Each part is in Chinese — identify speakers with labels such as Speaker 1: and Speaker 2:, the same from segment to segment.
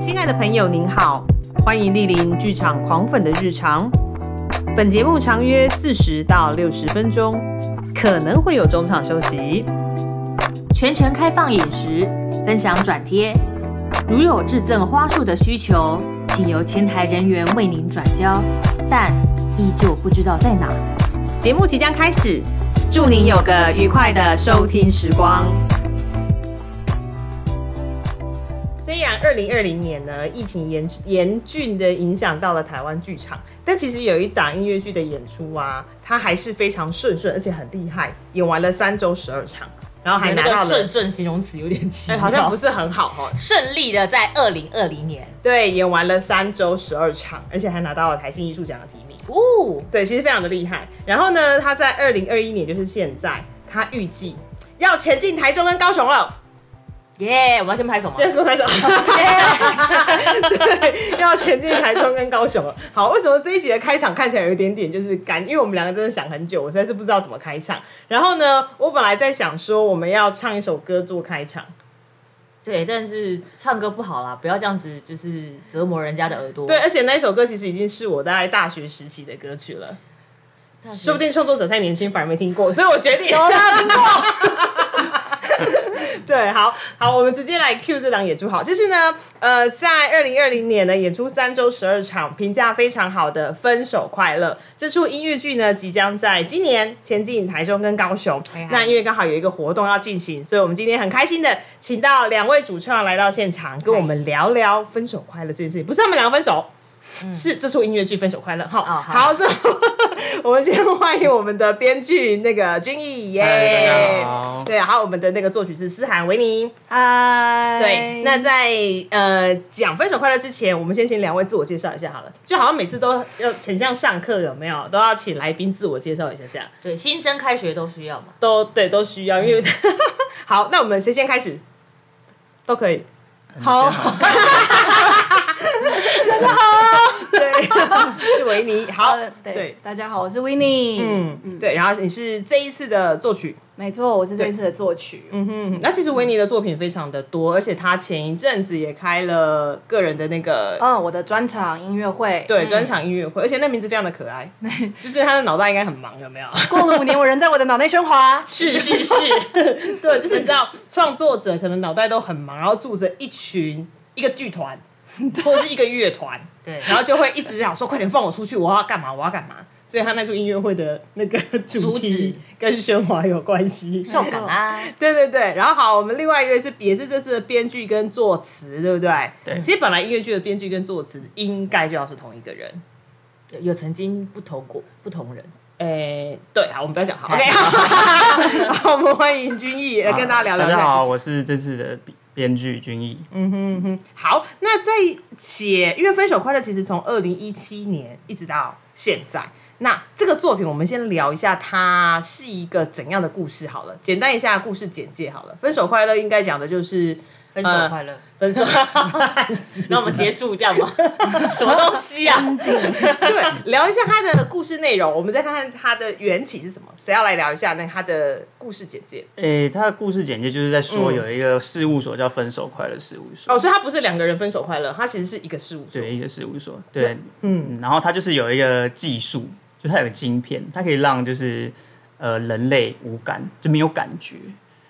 Speaker 1: 亲爱的朋友，您好，欢迎莅临剧场狂粉的日常。本节目长约四十到六十分钟，可能会有中场休息。
Speaker 2: 全程开放饮食，分享转贴。如有致赠花束的需求，请由前台人员为您转交，但依旧不知道在哪。
Speaker 1: 节目即将开始，祝您有个愉快的收听时光。虽然二零二零年呢，疫情严严峻的影响到了台湾剧场，但其实有一档音乐剧的演出啊，它还是非常顺顺，而且很厉害，演完了三周十二场，然后还拿到
Speaker 2: 那个
Speaker 1: 了
Speaker 2: 顺，顺形容词有点奇
Speaker 1: 哎、
Speaker 2: 妙，
Speaker 1: 好像不是很好哦。
Speaker 2: 顺利的在二零二零年。
Speaker 1: 对，演完了三周十二场，而且还拿到了台新艺术奖的提名。
Speaker 2: 哦，
Speaker 1: 对，其实非常的厉害。然后呢，他在二零二一年，就是现在，他预计要前进台中跟高雄了。
Speaker 2: 耶！我要先拍手吗？
Speaker 1: 这个拍手。 对，要前进台中跟高雄了。好，为什么这一集的开场看起来有一点点就是干？因为我们两个真的想很久，我实在是不知道怎么开场。然后呢，我本来在想说我们要唱一首歌做开场，
Speaker 2: 对，但是唱歌不好啦，不要这样子，就是折磨人家的耳朵。
Speaker 1: 对，，而且那一首歌其实已经是我大概大学时期的歌曲了。说不定创作者太年轻，反而没听过，所以我决定
Speaker 2: 有啦，听过。
Speaker 1: 对，好好，我们直接来 Q 这档演出好，就是呢，呃，在二零二零年呢，演出三周十二场，评价非常好的《分手快乐》这出音乐剧呢，即将在今年前进台中跟高雄。
Speaker 2: 嗨
Speaker 1: 那因为刚好有一个活动要进行，所以我们今天很开心的请到两位主创来到现场，跟我们聊聊《分手快乐》这件事情，不是他们两个分手。是这出音乐剧《分手快乐》哈、
Speaker 2: 嗯哦好
Speaker 1: 好，这我们先欢迎我们的编剧那个君毅耶
Speaker 3: 嗨大家好
Speaker 1: 对，还有我们的那个作曲是思涵维尼。
Speaker 4: 嗨，
Speaker 1: 对，那在呃讲分手快乐之前，我们先请两位自我介绍一下好了。就好像每次都要很像上课有没有，都要请来宾自我介绍一下下，
Speaker 2: 对，新生开学都需要嘛。
Speaker 1: 都对都需要，因为、
Speaker 4: 嗯
Speaker 1: 好，那我们谁先开始？都可以。
Speaker 4: 好，
Speaker 1: 对， 是维尼。好
Speaker 4: 好的， 呃对
Speaker 1: 对，，
Speaker 4: 大家好，我是 w i n n i e
Speaker 1: 嗯，对。然后你是这一次的作曲，
Speaker 4: 没错，我是这一次的作曲，嗯，
Speaker 1: 嗯，那其实维尼的作品非常的多，而且他前一阵子也开了个人的那个
Speaker 2: 哦
Speaker 4: 嗯我的专场音乐会，嗯
Speaker 1: 对，
Speaker 2: 嗯
Speaker 1: 专场音乐会，而且那名字非常的可爱，就是他的脑袋应该很忙，有没 有？
Speaker 4: 过了五年，我仍在我的脑内喧哗，
Speaker 1: 是是是，对，就是你知道，创作者可能脑袋都很忙，然后住着一群一个 剧团或是一个乐团，
Speaker 2: 对，
Speaker 1: 然后就会一直想说，快点放我出去，我要干嘛，我要干嘛。所以他那出音乐会的那个主
Speaker 2: 主旨
Speaker 1: 题跟喧哗有关系，
Speaker 2: 受感啊，
Speaker 1: 对对对，然后好，我们另外一位是也是这次的编剧跟作词，对不对？
Speaker 3: 对
Speaker 1: 其实本来音乐剧的编剧跟作词应该就要是同一个人，
Speaker 2: 有有曾经不同过不同人。
Speaker 3: 嗯
Speaker 1: 诶，对，好，我们不要讲好，OK，好， 好我们欢迎君毅来跟大家聊嗯聊。
Speaker 3: 啊大家好，，我是这次的编剧君毅。
Speaker 1: 好，那在写，因为《分手快乐》其实从二零一七年一直到现在，那这个作品我们先聊一下，它是一个怎样的故事好了，简单一下故事简介好了，《分手快乐》应该讲的就是
Speaker 2: 分手快乐，
Speaker 1: 分 手。
Speaker 2: 那我们结束这样吗？什么东西啊？
Speaker 1: 对，聊一下他的故事内容，我们再看看他的缘起是什么。谁要来聊一下那他的故事简介？
Speaker 3: 诶、他的故事简介就是在说
Speaker 1: 嗯
Speaker 3: 有一个事务所叫“分手快乐事务所”，
Speaker 1: 哦，所以他不是两个人分手快乐，他其实是一个事务所。
Speaker 3: 对，一个事务所，对，嗯，然后他就是有一个技术，就他有个晶片，它可以让就是呃人类无感，就没有感觉，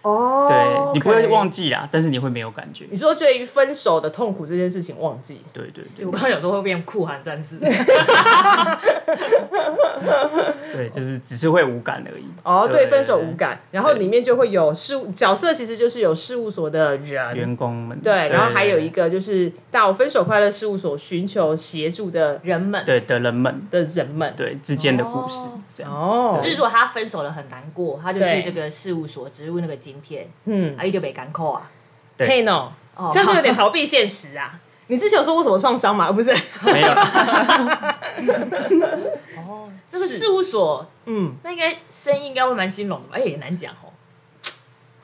Speaker 1: 哦
Speaker 3: 对、你不会忘
Speaker 1: 记。
Speaker 3: 记啊啦，但是你会没有感觉，
Speaker 1: 你说对于分手的痛苦这件事情忘记，
Speaker 3: 对对对
Speaker 2: 我刚刚有说会变酷寒战士，
Speaker 3: 对，就是只是会无感而已。
Speaker 1: 哦，对，分手无，感，然后
Speaker 3: 对
Speaker 1: 里面就会有事务角色，其实就是有事务所的人，
Speaker 3: 员工们，
Speaker 1: 对，然后还有一
Speaker 3: 个
Speaker 1: 个就是到分手快乐事务所寻求协助 的
Speaker 2: 人们
Speaker 3: 对的人们，
Speaker 1: 的人们，
Speaker 3: 对之间的故事，
Speaker 2: 哦
Speaker 3: 这样。
Speaker 1: 哦
Speaker 2: 就是如果他分手了很难过，他就
Speaker 1: 对
Speaker 2: 去这个事务所植入那个晶片，
Speaker 1: 嗯
Speaker 2: 啊，一丢被干扣啊。
Speaker 3: 对
Speaker 1: ，Hey no，
Speaker 2: 哦
Speaker 1: 这样就有点逃避现实啊。你之前有说过什么创伤吗？不是，
Speaker 3: 没有啦，
Speaker 2: 这个
Speaker 1: 是
Speaker 2: 事务所，
Speaker 1: 嗯，
Speaker 2: 那应该生意应该会蛮兴隆的吧？哎，也难讲哦。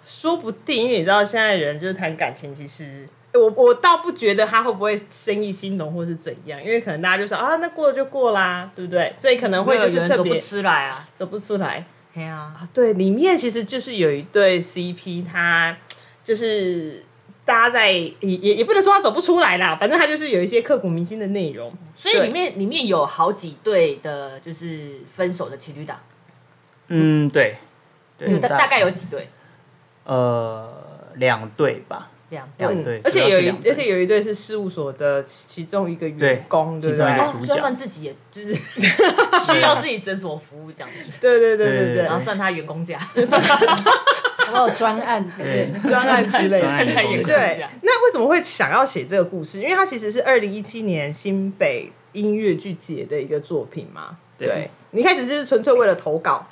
Speaker 1: 说不定，因为你知道现在人就是谈感情，其实我我倒不觉得他会不会生意兴隆或是怎样，因为可能大家就说啊，那过了就过啦，对不对？所以可能会就
Speaker 2: 有
Speaker 1: 是
Speaker 2: 人
Speaker 1: 特
Speaker 2: 走不
Speaker 1: 别
Speaker 2: 吃来啊。
Speaker 1: 走不出来。
Speaker 2: 对啊，
Speaker 1: 对，里面其实就是有一对 CP，他就是大家在也也也不能说他走不出来啦，反正他就是有一些刻骨铭心的内容。
Speaker 5: 所以里面里面有好几对的，就是分手的情侣档，
Speaker 3: 嗯，对，
Speaker 5: 就
Speaker 3: 对，
Speaker 5: 大大概有几对，
Speaker 3: 呃两对吧，
Speaker 5: 两
Speaker 2: 哦
Speaker 5: 对。
Speaker 3: 两对，
Speaker 1: 而且有一
Speaker 3: 主要是两对
Speaker 1: 而且有一对是事务所的其中一个员工，对不
Speaker 3: 对其中一个
Speaker 1: 对？
Speaker 5: 哦
Speaker 3: 主，角
Speaker 5: 专门自己也就是需要自己诊所服务这样子，
Speaker 1: 对对对对
Speaker 3: 对
Speaker 1: 对
Speaker 5: 然后算他员工价，
Speaker 4: 我有专案之类的。
Speaker 1: 对，专案之类
Speaker 3: 专
Speaker 1: 的
Speaker 3: 案。
Speaker 5: 算他员工
Speaker 1: 对
Speaker 5: 价。，
Speaker 1: 那为什么会想要写这个故事？因为它其实是二零一七年新北音乐剧节的一个作品嘛。
Speaker 3: 对
Speaker 1: 对，你一开始是纯粹为了投稿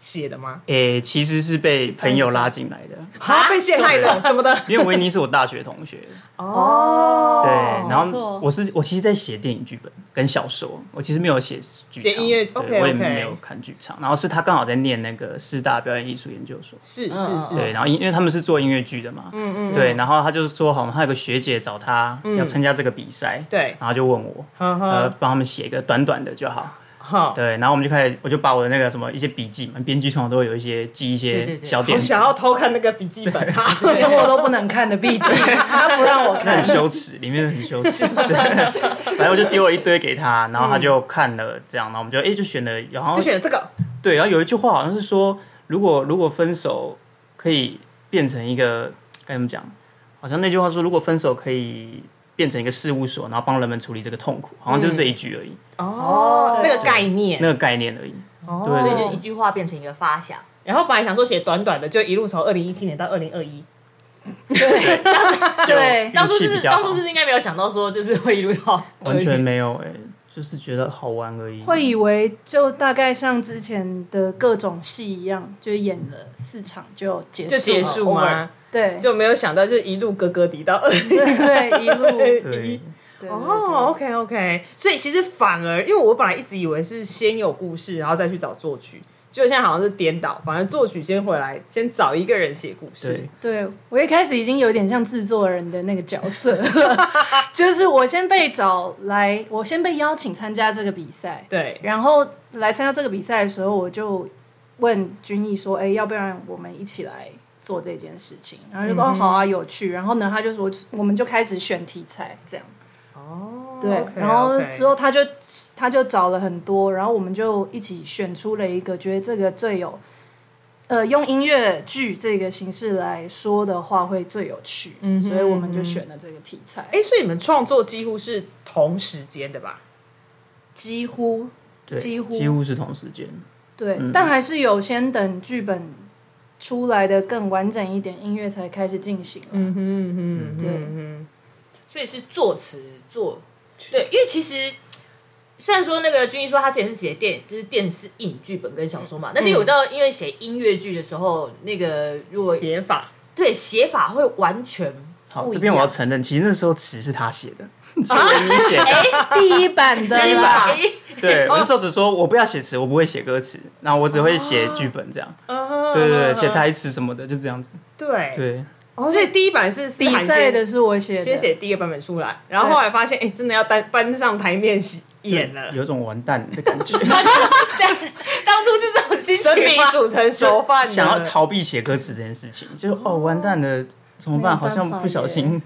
Speaker 1: 写的吗？
Speaker 3: 诶、其实是被朋友拉进来的，
Speaker 1: 啊，被陷害了什么的？
Speaker 3: 因为维尼是我大学同学，
Speaker 1: 哦，
Speaker 3: 对，
Speaker 4: 没
Speaker 3: 然后
Speaker 4: 错
Speaker 3: 我是我其实在写电影剧本跟小说，我其实没有写剧
Speaker 1: 写
Speaker 3: 场，
Speaker 1: 音乐
Speaker 3: 对
Speaker 1: OK，
Speaker 3: 我也
Speaker 1: OK
Speaker 3: 没有看剧场，然后是他刚好在念那个师大表演艺术研究所，
Speaker 1: 是是
Speaker 5: 嗯
Speaker 1: 是，
Speaker 3: 对，然后因因为他们是做音乐剧的嘛，嗯嗯，对，然后他就说好，他有个学姐找他要参加这个比赛，
Speaker 1: 对，嗯
Speaker 3: 然后就问我，
Speaker 1: 哈
Speaker 3: 呃
Speaker 1: 哈，
Speaker 3: 帮他们写一个短短的就好，
Speaker 1: 好，
Speaker 3: 对，然后我们就开始，我就把我的那个什么一些笔记嘛，编剧通常都会有一些记一
Speaker 5: 对对
Speaker 3: 些
Speaker 5: 对
Speaker 3: 小
Speaker 1: 我
Speaker 3: 点子，
Speaker 1: 想要偷看那个笔记本哈。
Speaker 4: 连我都不能看的笔记，他不让我
Speaker 3: 那
Speaker 4: 看
Speaker 3: 很。羞耻，里面很羞耻。 对，反正我就丢了一堆给他，然后他就看了这样，然后我们就哎、诶就选了，然后
Speaker 1: 就选了这个，
Speaker 3: 对，然后有一句话好像是说，如果如果分手可以变成一个该怎么讲？好像那句话说，如果分手可以变成一个事务所，然后帮人们处理这个痛苦，好像就是这一句而已，
Speaker 1: 哦，那个概念，
Speaker 3: 那个概念而已。对
Speaker 5: 所以就一句话变成一个发想，
Speaker 1: 然后本来想说写短短的，就一路从二零一七年到二零二一，
Speaker 4: 对，
Speaker 5: 当初
Speaker 3: 运气
Speaker 5: 是
Speaker 3: 比较好
Speaker 5: 当初是应该没有想到说就是会一路到
Speaker 3: 完全没有哎、诶就是觉得好玩而已。
Speaker 4: 会以为就大概像之前的各种戏一样，就演了四场就结束
Speaker 1: 就
Speaker 4: 了，
Speaker 1: 结束
Speaker 4: over？
Speaker 3: 哦
Speaker 1: 吗？
Speaker 4: 对，
Speaker 1: 就没有想到，就一路格格底到二零
Speaker 4: 对对，一路对
Speaker 3: 对，
Speaker 4: 对
Speaker 1: 哦，OK OK，所以其实反而，因为我本来一直以为是先有故事，然后再去找作曲，结果现在好像是颠倒，反而作曲先回来，先找一个人写故事
Speaker 3: 对。
Speaker 4: 对我一开始已经有点像制作人的那个角 色了，就是我先被找来，我先被邀请参加这个比赛，
Speaker 1: 对，
Speaker 4: 然后来参加这个比赛的时候，我就问君毅说：“哎、要不然我们一起来做这件事情？”然后就说：“
Speaker 1: 嗯
Speaker 4: 哦，好啊，有趣。”然后呢，他就说：“我们就开始选题材，这样。”哦，对
Speaker 1: OK，
Speaker 4: 然后
Speaker 1: OK
Speaker 4: 之后他就他就找了很多，然后我们就一起选出了一个觉得这个最有，呃，用音乐剧这个形式来说的话会最有趣，
Speaker 1: 嗯哼
Speaker 4: 所以我们就选了这个题材，
Speaker 1: 哎，所以你们创作几乎是同时间的吧？
Speaker 4: 几乎
Speaker 3: 对
Speaker 4: 几乎
Speaker 3: 几乎是同时间。
Speaker 4: 对，但还是有先等剧本出来的更完整一点，音乐才开始进行了。
Speaker 1: 嗯哼嗯哼，
Speaker 4: 对
Speaker 5: 所以是作词作对，因为其实虽然说那个君毅说他之前是写电就是电视影剧本跟小说嘛，但是我知道因为写音乐剧的时候，那个如果
Speaker 1: 写法
Speaker 5: 对写法会完全
Speaker 3: 好，
Speaker 5: 不
Speaker 3: 这
Speaker 5: 一
Speaker 3: 边我
Speaker 5: 样
Speaker 3: 要承认，其实那时候词是他写的，是维尼写的。
Speaker 4: 第一版的
Speaker 1: 第一
Speaker 4: 啦，
Speaker 1: 版
Speaker 5: 哎
Speaker 3: 对，我那时候只说我不要写词，我不会写歌词，然后我只会写剧本这样。
Speaker 1: 嗯
Speaker 3: 对对对，写台词什么的，就这样子。
Speaker 1: 对，
Speaker 3: 对，
Speaker 1: 哦，所以第一版是
Speaker 4: 比赛的是我写
Speaker 1: 先
Speaker 4: 的，
Speaker 1: 写第一个版本出来，然后后来发现，哎，真的要搬搬上台面演了，
Speaker 3: 有种完蛋的感觉，
Speaker 5: 当初是这种心
Speaker 1: 生米
Speaker 5: 情吗？
Speaker 1: 煮成熟饭了，
Speaker 3: 想要逃避写歌词这件事情，就哦完蛋了，怎么办？
Speaker 4: 没有
Speaker 3: 好
Speaker 4: 办法
Speaker 3: 像不小心，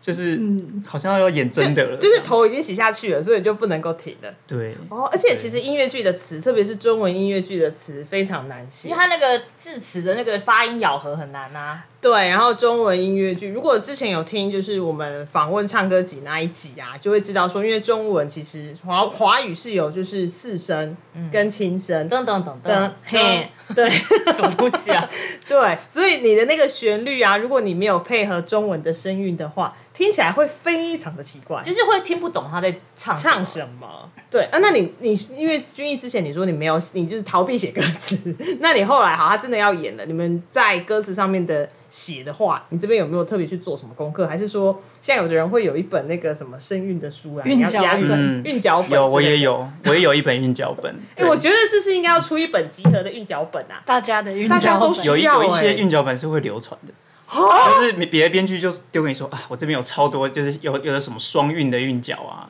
Speaker 3: 就是好像要演真的了，
Speaker 1: 就是
Speaker 3: 这样
Speaker 1: 头已经洗下去了，所以就不能够停了。
Speaker 3: 对
Speaker 1: 哦，而且其实音乐剧的词，特别是中文音乐剧的词非常难
Speaker 5: 因为
Speaker 1: 写。
Speaker 5: 他那个字词的那个发音咬合很难啊，
Speaker 1: 对，然后中文音乐剧，如果之前有听就是我们访问唱歌集那一集啊，就会知道说，因为中文其实华华语是有就是四声
Speaker 5: 嗯
Speaker 1: 跟轻声
Speaker 5: 噔噔噔
Speaker 1: 的
Speaker 5: 噔，
Speaker 1: 嘿，对
Speaker 5: 什么东西啊？
Speaker 1: 对，所以你的那个旋律啊，如果你没有配合中文的声韵的话，听起来会非常的奇怪。
Speaker 5: 就是会听不懂他在唱
Speaker 1: 唱
Speaker 5: 么。
Speaker 1: 什么？对啊，那你你因为君毅之前你说你没有，你就是逃避写歌词， 那你后来好，他真的要演了，你们在歌词上面的写的话，你这边有没有特别去做什么功课？还是说现在有的人会有一本那个什么声韵的书啊，
Speaker 4: 韵
Speaker 1: 你要
Speaker 4: 脚
Speaker 1: 押韵
Speaker 3: 本
Speaker 1: 韵脚本，
Speaker 3: 嗯有我也。有，我也有一本韵脚本。
Speaker 1: 哎、
Speaker 3: 对
Speaker 1: 我觉得是不是应该要出一本集合的韵脚本啊？
Speaker 4: 大家的韵
Speaker 1: 大家
Speaker 4: 脚
Speaker 1: 都
Speaker 4: 本
Speaker 1: 需
Speaker 3: 有一
Speaker 1: 要
Speaker 3: 有一
Speaker 1: 欸哦
Speaker 3: 些韵脚本是会流传的，就是别的编剧就丢给你说啊，我这边有超多，就是有有的什么双韵的韵脚啊，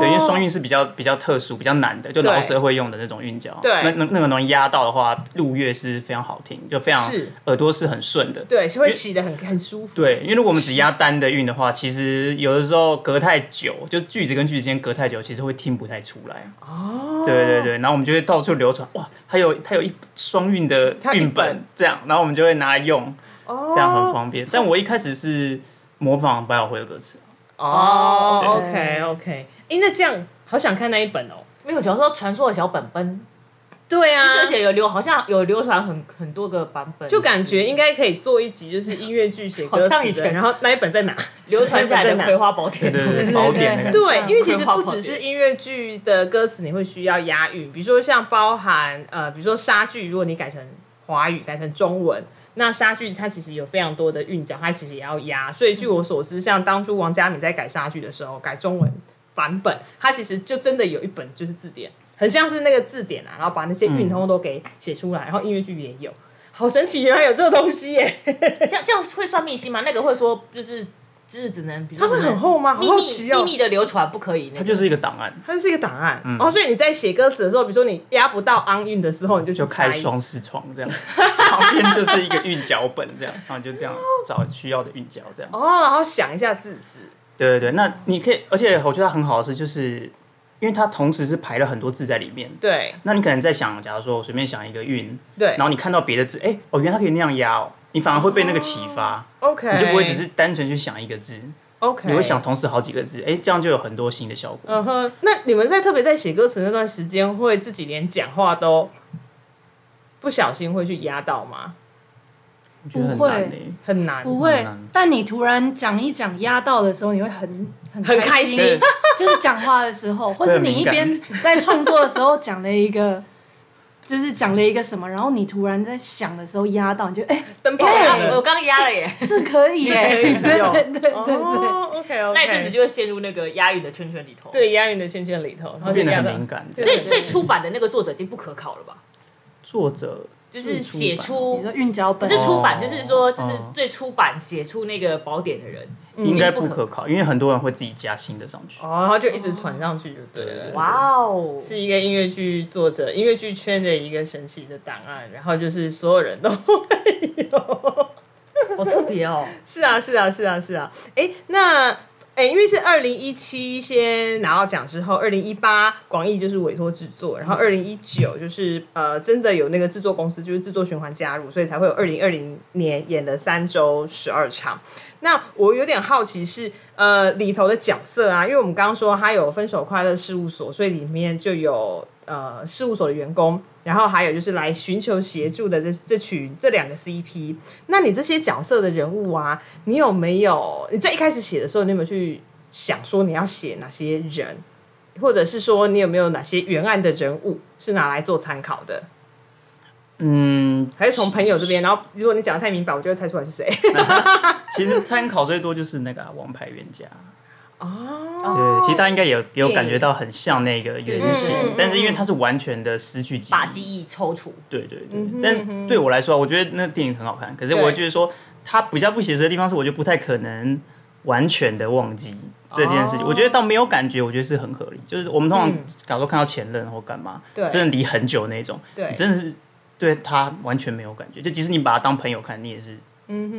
Speaker 3: 对，因为双韵是比较比较特殊、比较难的，就
Speaker 1: 哦对
Speaker 3: 饶舌会用的那种韵脚。
Speaker 1: 对
Speaker 3: 那那那个能压到的话，录乐是非常好听，就非常
Speaker 1: 是
Speaker 3: 耳朵是很顺的。
Speaker 1: 对，是会洗的很很舒服。
Speaker 3: 对，因为如果我们只压单的韵的话，其实有的时候隔太久，就句子跟句子之间隔太久，其实会听不太出来。哦，对对对，然后我们就会到处流传，哇，它有它有一双韵的
Speaker 1: 它有一
Speaker 3: 韵
Speaker 1: 本
Speaker 3: 本这样，然后我们就会拿来用，
Speaker 1: 哦，
Speaker 3: 这样很方便。但我一开始是模仿百老汇的歌词，
Speaker 1: 哦
Speaker 5: 哦
Speaker 1: ，OK OK，哎、那这样好想看那一本哦。
Speaker 5: 没有，小时候传说的小本本，
Speaker 1: 对
Speaker 5: 就
Speaker 1: 啊，
Speaker 5: 是而且有流，好像有流传很很多个版本，
Speaker 1: 就感觉应该可以做一集，就是音乐剧写歌词
Speaker 5: 好像以
Speaker 1: 的，
Speaker 5: 前
Speaker 1: 然后那一本在 哪？
Speaker 5: 流传下来的《葵花宝典
Speaker 3: 对》。对对，
Speaker 4: 对
Speaker 3: 宝典的感觉。
Speaker 1: 对，因为其实
Speaker 5: 葵花
Speaker 1: 不
Speaker 5: 宝
Speaker 1: 只是
Speaker 5: 典
Speaker 1: 音乐剧的歌词，你会需要押韵，比如说像包含呃，比如说莎剧，如果你改成华语，改成中文。那莎剧它其实有非常多的韵脚，它其实也要押。所以据我所知，像当初王佳敏在改莎剧的时候，改中文版本，它其实就真的有一本就是字典，很像是那个字典啊，然后把那些韵通通都给写出来。然后音乐剧也有，好神奇，原来有这个东西耶！
Speaker 5: 这样这样会算密信吗？那个会说就是就是只能，比如
Speaker 1: 它
Speaker 5: 说
Speaker 1: 是
Speaker 5: 只能
Speaker 1: 很厚吗？好
Speaker 5: 秘
Speaker 1: 好奇
Speaker 5: 密
Speaker 1: 哦
Speaker 5: 秘，密的流传不可以，那
Speaker 3: 它
Speaker 5: 个
Speaker 3: 就是一个档案，
Speaker 1: 它就是一个档案、
Speaker 3: 嗯
Speaker 1: 哦。所以你在写歌词的时候，比如说你押不到昂韵的时候，你就去
Speaker 3: 就开
Speaker 1: 猜
Speaker 3: 双视窗这样，旁边就是一个韵脚本这样，然后就这样找需要的韵脚这样。
Speaker 1: 哦，然后想一下字词，
Speaker 3: 对对对，那你可以，而且我觉得它很好的是，就是因为它同时是排了很多字在里面。
Speaker 1: 对
Speaker 3: 那你可能在想，假如说我随便想一个韵，
Speaker 1: 对
Speaker 3: 然后你看到别的字，哎，哦，原来它可以那样压哦，你反而会被那个启发，
Speaker 1: ，OK，
Speaker 3: 你就不会只是单纯去想一个字，
Speaker 1: OK，
Speaker 3: 你会想同时好几个字，哎，这样就有很多新的效
Speaker 5: 呃
Speaker 3: 果。
Speaker 1: 嗯哼，那你们在特别在写歌词那段时间，会自己连讲话都不小心会去压到吗？
Speaker 3: 我觉得很
Speaker 4: 不会
Speaker 3: 难嘞。
Speaker 1: 很难，
Speaker 4: 不会
Speaker 3: 嗯，
Speaker 4: 但你突然讲一讲压到的时候，你会很很
Speaker 1: 很开
Speaker 4: 开
Speaker 1: 心
Speaker 3: 对
Speaker 4: 就是讲话的时候，或者你一边 在创作的时候讲了一个，就是讲了一个什么，然后你突然在想的时候压到，你就哎、
Speaker 1: 灯泡
Speaker 4: 哎
Speaker 1: 亮
Speaker 4: 对
Speaker 5: 我
Speaker 1: 了，
Speaker 5: 刚压了耶，
Speaker 4: 这可以耶、
Speaker 1: 对
Speaker 4: 对对对对对，
Speaker 1: 哦，OK OK，
Speaker 5: 那一阵子就会陷入那个押韵的圈圈里头。，
Speaker 1: 对押韵的圈圈里头，然后
Speaker 3: 会
Speaker 1: 就
Speaker 3: 变得
Speaker 1: 压
Speaker 3: 很
Speaker 1: 到
Speaker 3: 敏感。
Speaker 1: 对
Speaker 5: 所以最初版的那个作者已经不可考了吧？
Speaker 3: 作者
Speaker 5: 就是
Speaker 3: 自
Speaker 5: 写
Speaker 3: 版
Speaker 5: 出
Speaker 4: 你说韵脚
Speaker 5: 不
Speaker 4: 本
Speaker 5: 是出版，
Speaker 3: 哦
Speaker 5: 就是说就是
Speaker 3: 嗯
Speaker 5: 最初版写出那个宝典的人，
Speaker 1: 嗯
Speaker 3: 应该
Speaker 5: 不
Speaker 3: 不
Speaker 5: 可
Speaker 3: 可考，因为很多人会自己加新的上去。
Speaker 1: 哦，然后就一直传上去就对了。
Speaker 5: 哇哦，
Speaker 1: 是一个音乐剧作者、音乐剧圈的一个神奇的档案，然后就是所有人都会有。
Speaker 5: 好特别哦。
Speaker 1: 是啊，是啊，是啊，是啊。哎，那哎，因为是二零一七先拿到奖之后，二零一八广义就是委托制作，然后二零一九就是呃真的有那个制作公司，就是制作循环加入，所以才会有二零二零年演了三周十二场。那我有点好奇是呃里头的角色啊，因为我们刚刚说他有分手快乐事务所，所以里面就有呃事务所的员工，然后还有就是来寻求协助的这这群这两个 CP。那你这些角色的人物啊，你有没有你在一开始写的时候，你有没有去想说你要写哪些人，或者是说你有没有哪些原案的人物是拿来做参考的？
Speaker 3: 嗯，
Speaker 1: 还是从朋友这边，然后如果你讲的太明白，我就会猜出来是谁。
Speaker 3: 其实参考最多就是那个啊《王牌冤家》哦，对，其实大家应该也有也有感觉到很像那个原型
Speaker 5: 嗯嗯嗯，
Speaker 3: 但是因为它是完全的失去记
Speaker 5: 把
Speaker 3: 忆，
Speaker 5: 记忆抽出，
Speaker 3: 对对对。
Speaker 1: 嗯
Speaker 3: 但对我来说啊，我觉得那个电影很好看，可是
Speaker 1: 对
Speaker 3: 我就是说，它比较不写实的地方是，我就不太可能完全的忘记这件事情。我觉得倒没有感觉，我觉得是很合理。就是我们通常
Speaker 1: 哦嗯
Speaker 3: 假如说看到前任或干嘛，
Speaker 1: 对
Speaker 3: 真的离很久那种，
Speaker 1: 对
Speaker 3: 你真的是对他完全没有感觉。就即使你把他当朋友看，你也是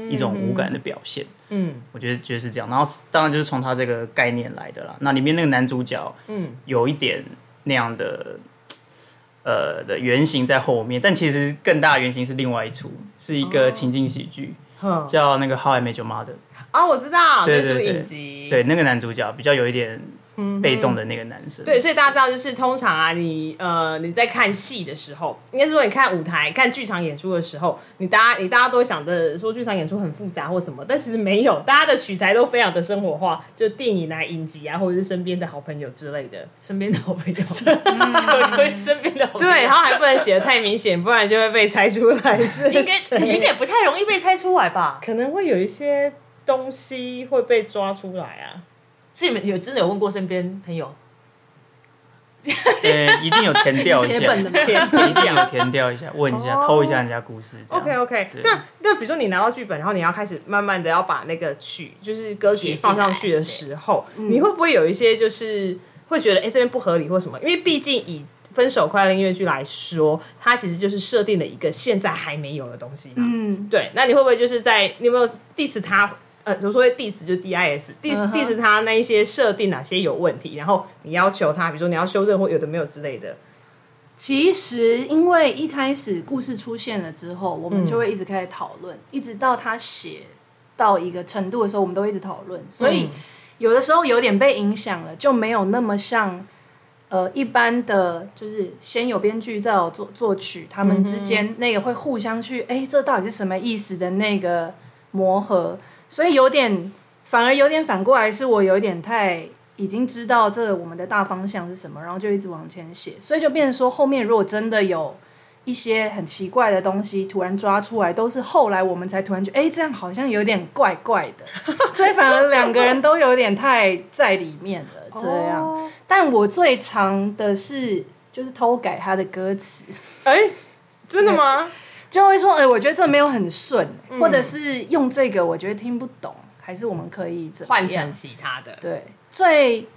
Speaker 3: 一种无感的表现。
Speaker 1: 嗯，
Speaker 3: 我觉得觉得是这样。然后当然就是从他这个概念来的啦。那里面那个男主角，
Speaker 1: 嗯，
Speaker 3: 有一点那样的。呃的原型在后面，但其实更大的原型是另外一出，是一个情境喜剧，
Speaker 1: 哼
Speaker 3: 叫那个《How I Met Your Mother》。
Speaker 1: 啊，我知道，
Speaker 3: 对
Speaker 1: 那出
Speaker 3: 对对
Speaker 1: 影集，
Speaker 3: 对，那个男主角比较有一点被动的那个男生。
Speaker 1: 对，所以大家知道，就是通常啊，你呃你在看戏的时候，应该是说你看舞台、看剧场演出的时候，你大家你大家都想着说剧场演出很复杂或什么，但其实没有，大家的取材都非常的生活化，就电影啊、影集啊，或者是身边的好朋友之类的。嗯
Speaker 5: 身边的好朋友， 就会身边的好朋友。
Speaker 1: 对，然后还不能写的太明显，不然就会被猜出来是
Speaker 5: 应该应该
Speaker 1: 谁。
Speaker 5: 不太容易被猜出来吧？
Speaker 1: 可能会有一些东西会被抓出来 啊。
Speaker 5: 所以你们有真的有问过身边朋友？
Speaker 3: 对，一定有填掉一下，
Speaker 4: 写本的
Speaker 3: 一
Speaker 4: 吗
Speaker 1: 天
Speaker 3: 定有填掉一下，问一下，偷一下人家故事。这样
Speaker 1: OK OK，
Speaker 3: 对
Speaker 1: 那那比如说你拿到剧本，然后你要开始慢慢的要把那个曲，就是歌曲
Speaker 5: 写进
Speaker 1: 放上
Speaker 5: 来
Speaker 1: 去的时候，你会不会有一些就是会觉得哎、诶这边不合理或什么，因为毕竟以《分手快乐音乐剧》来说，它其实就是设定了一个现在还没有的东西嘛。
Speaker 4: 嗯，
Speaker 1: 对，那你会不会就是在你有没有 diss 他？呃，我说 diss 就是 dis diss、
Speaker 4: 嗯哼
Speaker 1: diss 他那一些设定哪些有问题，然后你要求他，比如说你要修正或有的没有之类的。
Speaker 4: 其实因为一开始故事出现了之后，我们就会一直开始讨论，一直到他写到一个程度的时候，我们都一直讨论，所以有的时候有点被影响了，就没有那么像。呃，一般的就是先有编剧，再有作作曲，他们之间那个会互相去，哎、这到底是什么意思的那个磨合，所以有点反而有点反过来，是我有点太已经知道这我们的大方向是什么，然后就一直往前写，所以就变成说后面如果真的有一些很奇怪的东西突然抓出来，都是后来我们才突然觉得，哎、这样好像有点怪怪 的，所以反而两个人都有点太在里面了，这样。但我最长的是就是偷改他的歌词，
Speaker 1: 哎、真的吗？
Speaker 4: 就会说，哎、我觉得这没有很顺，
Speaker 1: 嗯
Speaker 4: 或者是用这个我觉得听不懂，还是我们可以怎么
Speaker 1: 换
Speaker 4: 样
Speaker 1: 成其他的，
Speaker 4: 对，最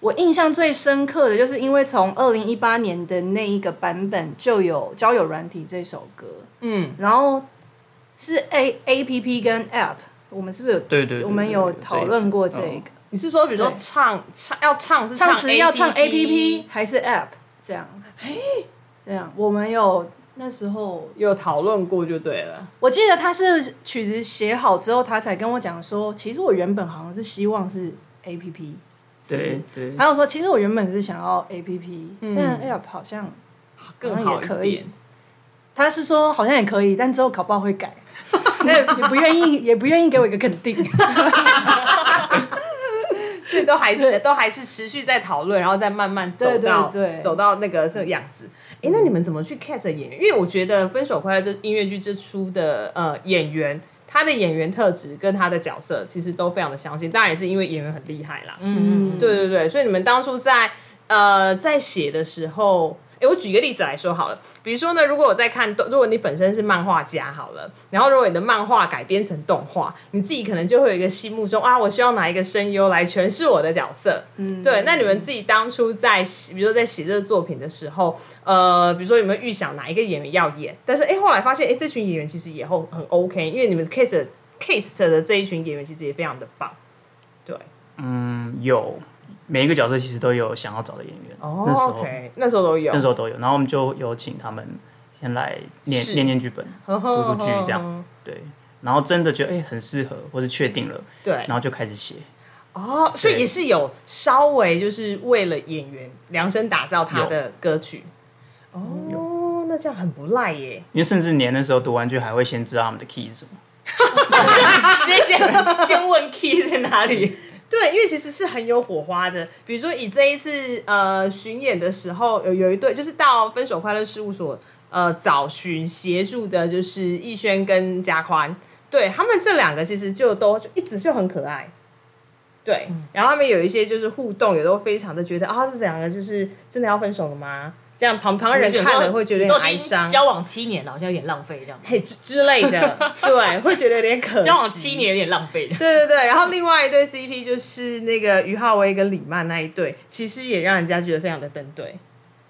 Speaker 4: 我印象最深刻的就是因为从二零一八年的那一个版本就有《交友软体》这首歌，
Speaker 1: 嗯，
Speaker 4: 然后是 A A P P 跟 App，我们是不是有
Speaker 3: 对对对，嗯
Speaker 4: 我们有讨论过这个？
Speaker 1: 你是说比如说
Speaker 4: 对
Speaker 1: 唱唱要唱是
Speaker 4: 上次要唱 A P
Speaker 1: APP
Speaker 4: P 还是 App 这样？
Speaker 3: 哎
Speaker 4: 这样我们有那时候
Speaker 1: 有讨论过就对了，
Speaker 4: 我记得他是曲子写好之后，他才跟我讲说，其实我原本好像是希望是 A P P，
Speaker 3: 对对
Speaker 4: 还有说，其实我原本是想要 A P P，、但 App 好像
Speaker 1: 更好
Speaker 4: 也
Speaker 1: 一
Speaker 4: 可 以
Speaker 1: 点。
Speaker 4: 他是说好像也可以，但之后考不好会改， 那也不愿意，也不愿意给我一个肯定。
Speaker 1: 所以都还是都还是持续在讨论，然后再慢慢走到
Speaker 4: 对对对
Speaker 1: 走到那个这个样子。哎、那你们怎么去 cast 的演员？因为我觉得《分手快乐》这音乐剧这出的呃演员，他的演员特质跟他的角色其实都非常的相近，当然也是因为演员很厉害啦。
Speaker 5: 嗯，
Speaker 1: 对对对，所以你们当初在呃在写的时候，诶，我举一个例子来说好了，比如说呢，如果我在看动，如果你本身是漫画家好了，然后如果你的漫画改编成动画，你自己可能就会有一个心目中啊，我需要哪一个声优来诠释我的角色，嗯，对。那你们自己当初在写比如说在写这个作品的时候，呃，比如说有没有预想哪一个演员要演？但是诶，后来发现诶，这群演员其实也后很 OK，因为你们 case 的 case 的这一群演员其实也非常的棒。
Speaker 3: 嗯有每一个角色其实都有想要找的演员，
Speaker 1: 哦
Speaker 3: 那时候
Speaker 1: ，OK，那时候都有，
Speaker 3: 那时候都有，然后我们就有请他们先来念
Speaker 1: 是
Speaker 3: 念念剧本，读读剧这样，对，然后真的觉得哎、很适合，或是确定了，
Speaker 1: 对
Speaker 3: 然后就开始写，
Speaker 1: 哦，所以
Speaker 3: 对
Speaker 1: 也是有稍微就是为了演员量身打造他的歌曲。哦，那这样很不赖耶。
Speaker 3: 因为甚至连那时候读完剧还会先知道他们的 key 是什么。
Speaker 5: 直接先 先问 key 在哪里，
Speaker 1: 对，因为其实是很有火花的。比如说以这一次呃巡演的时候，有有一对就是到分手快乐事务所呃找寻协助的，就是逸轩跟嘉宽。对他们这两个其实就都就一直就很可
Speaker 5: 嗯
Speaker 1: 爱。对，然后他们有一些就是互动，也都非常的觉得啊，这两个就是真的要分手了吗？这样旁旁人看了会觉得
Speaker 5: 都
Speaker 1: 很哀
Speaker 5: 已经
Speaker 1: 伤，
Speaker 5: 交往七年了，好像有点浪费这样。
Speaker 1: 嘿之之类的，对，会觉得有点可惜。
Speaker 5: 交往七年有点浪费。
Speaker 1: 对对对，然后另外一对 CP 就是那个于浩威跟李曼那一对，其实也让人家觉得非常的登对。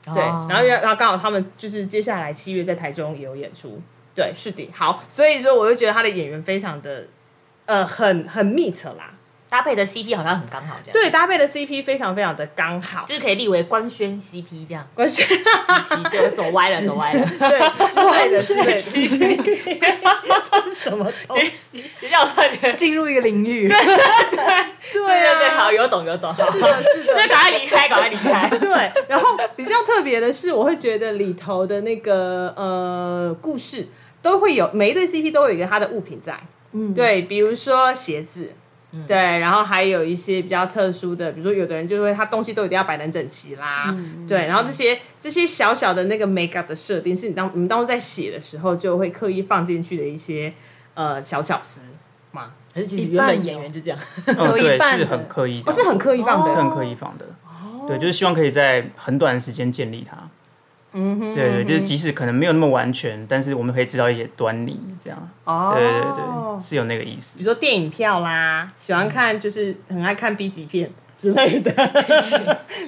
Speaker 5: 哦
Speaker 1: 对，然后然后刚好他们就是接下来七月在台中也有演出，对，是的，好，所以说我就觉得他的演员非常的呃很很 meet 啦，
Speaker 5: 搭配的 CP 好像很刚好这样，，
Speaker 1: 对，搭配的 CP 非常非常的刚好
Speaker 5: 就，是可以立为官宣 CP 这样。
Speaker 1: 关键
Speaker 5: 对，我走歪了，走歪了。
Speaker 1: 对之类的之 类的，
Speaker 5: 其实，
Speaker 1: 这是什么啊东西？
Speaker 5: 就让他觉得，对
Speaker 4: 进入一个领域，
Speaker 1: 对
Speaker 5: 对对，好，
Speaker 1: 啊，
Speaker 5: 有懂有懂，好，
Speaker 1: 是的，是的
Speaker 5: 所以。赶快离开，赶快离开。
Speaker 1: 对，然后比较特别的是，我会觉得里头的那个呃故事都会有每一对 CP 都会有一个它的物品在，嗯，对，比如说鞋子。对，然后还有一些比较特殊的，比如说有的人就会他东西都一定要摆得很整齐啦，对，然后这些这些小小的那个 make up 的设定，是你当你们当初在写的时候就会刻意放进去的一些呃小巧思嘛，
Speaker 5: 可是其实原本演员就这样，
Speaker 3: 嗯，
Speaker 4: 有一
Speaker 3: 对，
Speaker 4: 半
Speaker 3: 是
Speaker 4: 的
Speaker 3: 很刻意这
Speaker 1: 哦，
Speaker 3: 样，
Speaker 1: 是很刻意放的，
Speaker 3: 是很刻意放的。对，就是希望可以在很短的时间建立它。嗯哼，对对，就是即使可能没有那么完全，但是我们可以知道一些端倪，这样。
Speaker 1: 哦，
Speaker 3: 对对对，是有那个意
Speaker 1: 嗯
Speaker 3: 思
Speaker 1: 比。如说电影票啦，喜欢看就是很爱看 B 级片，之类的，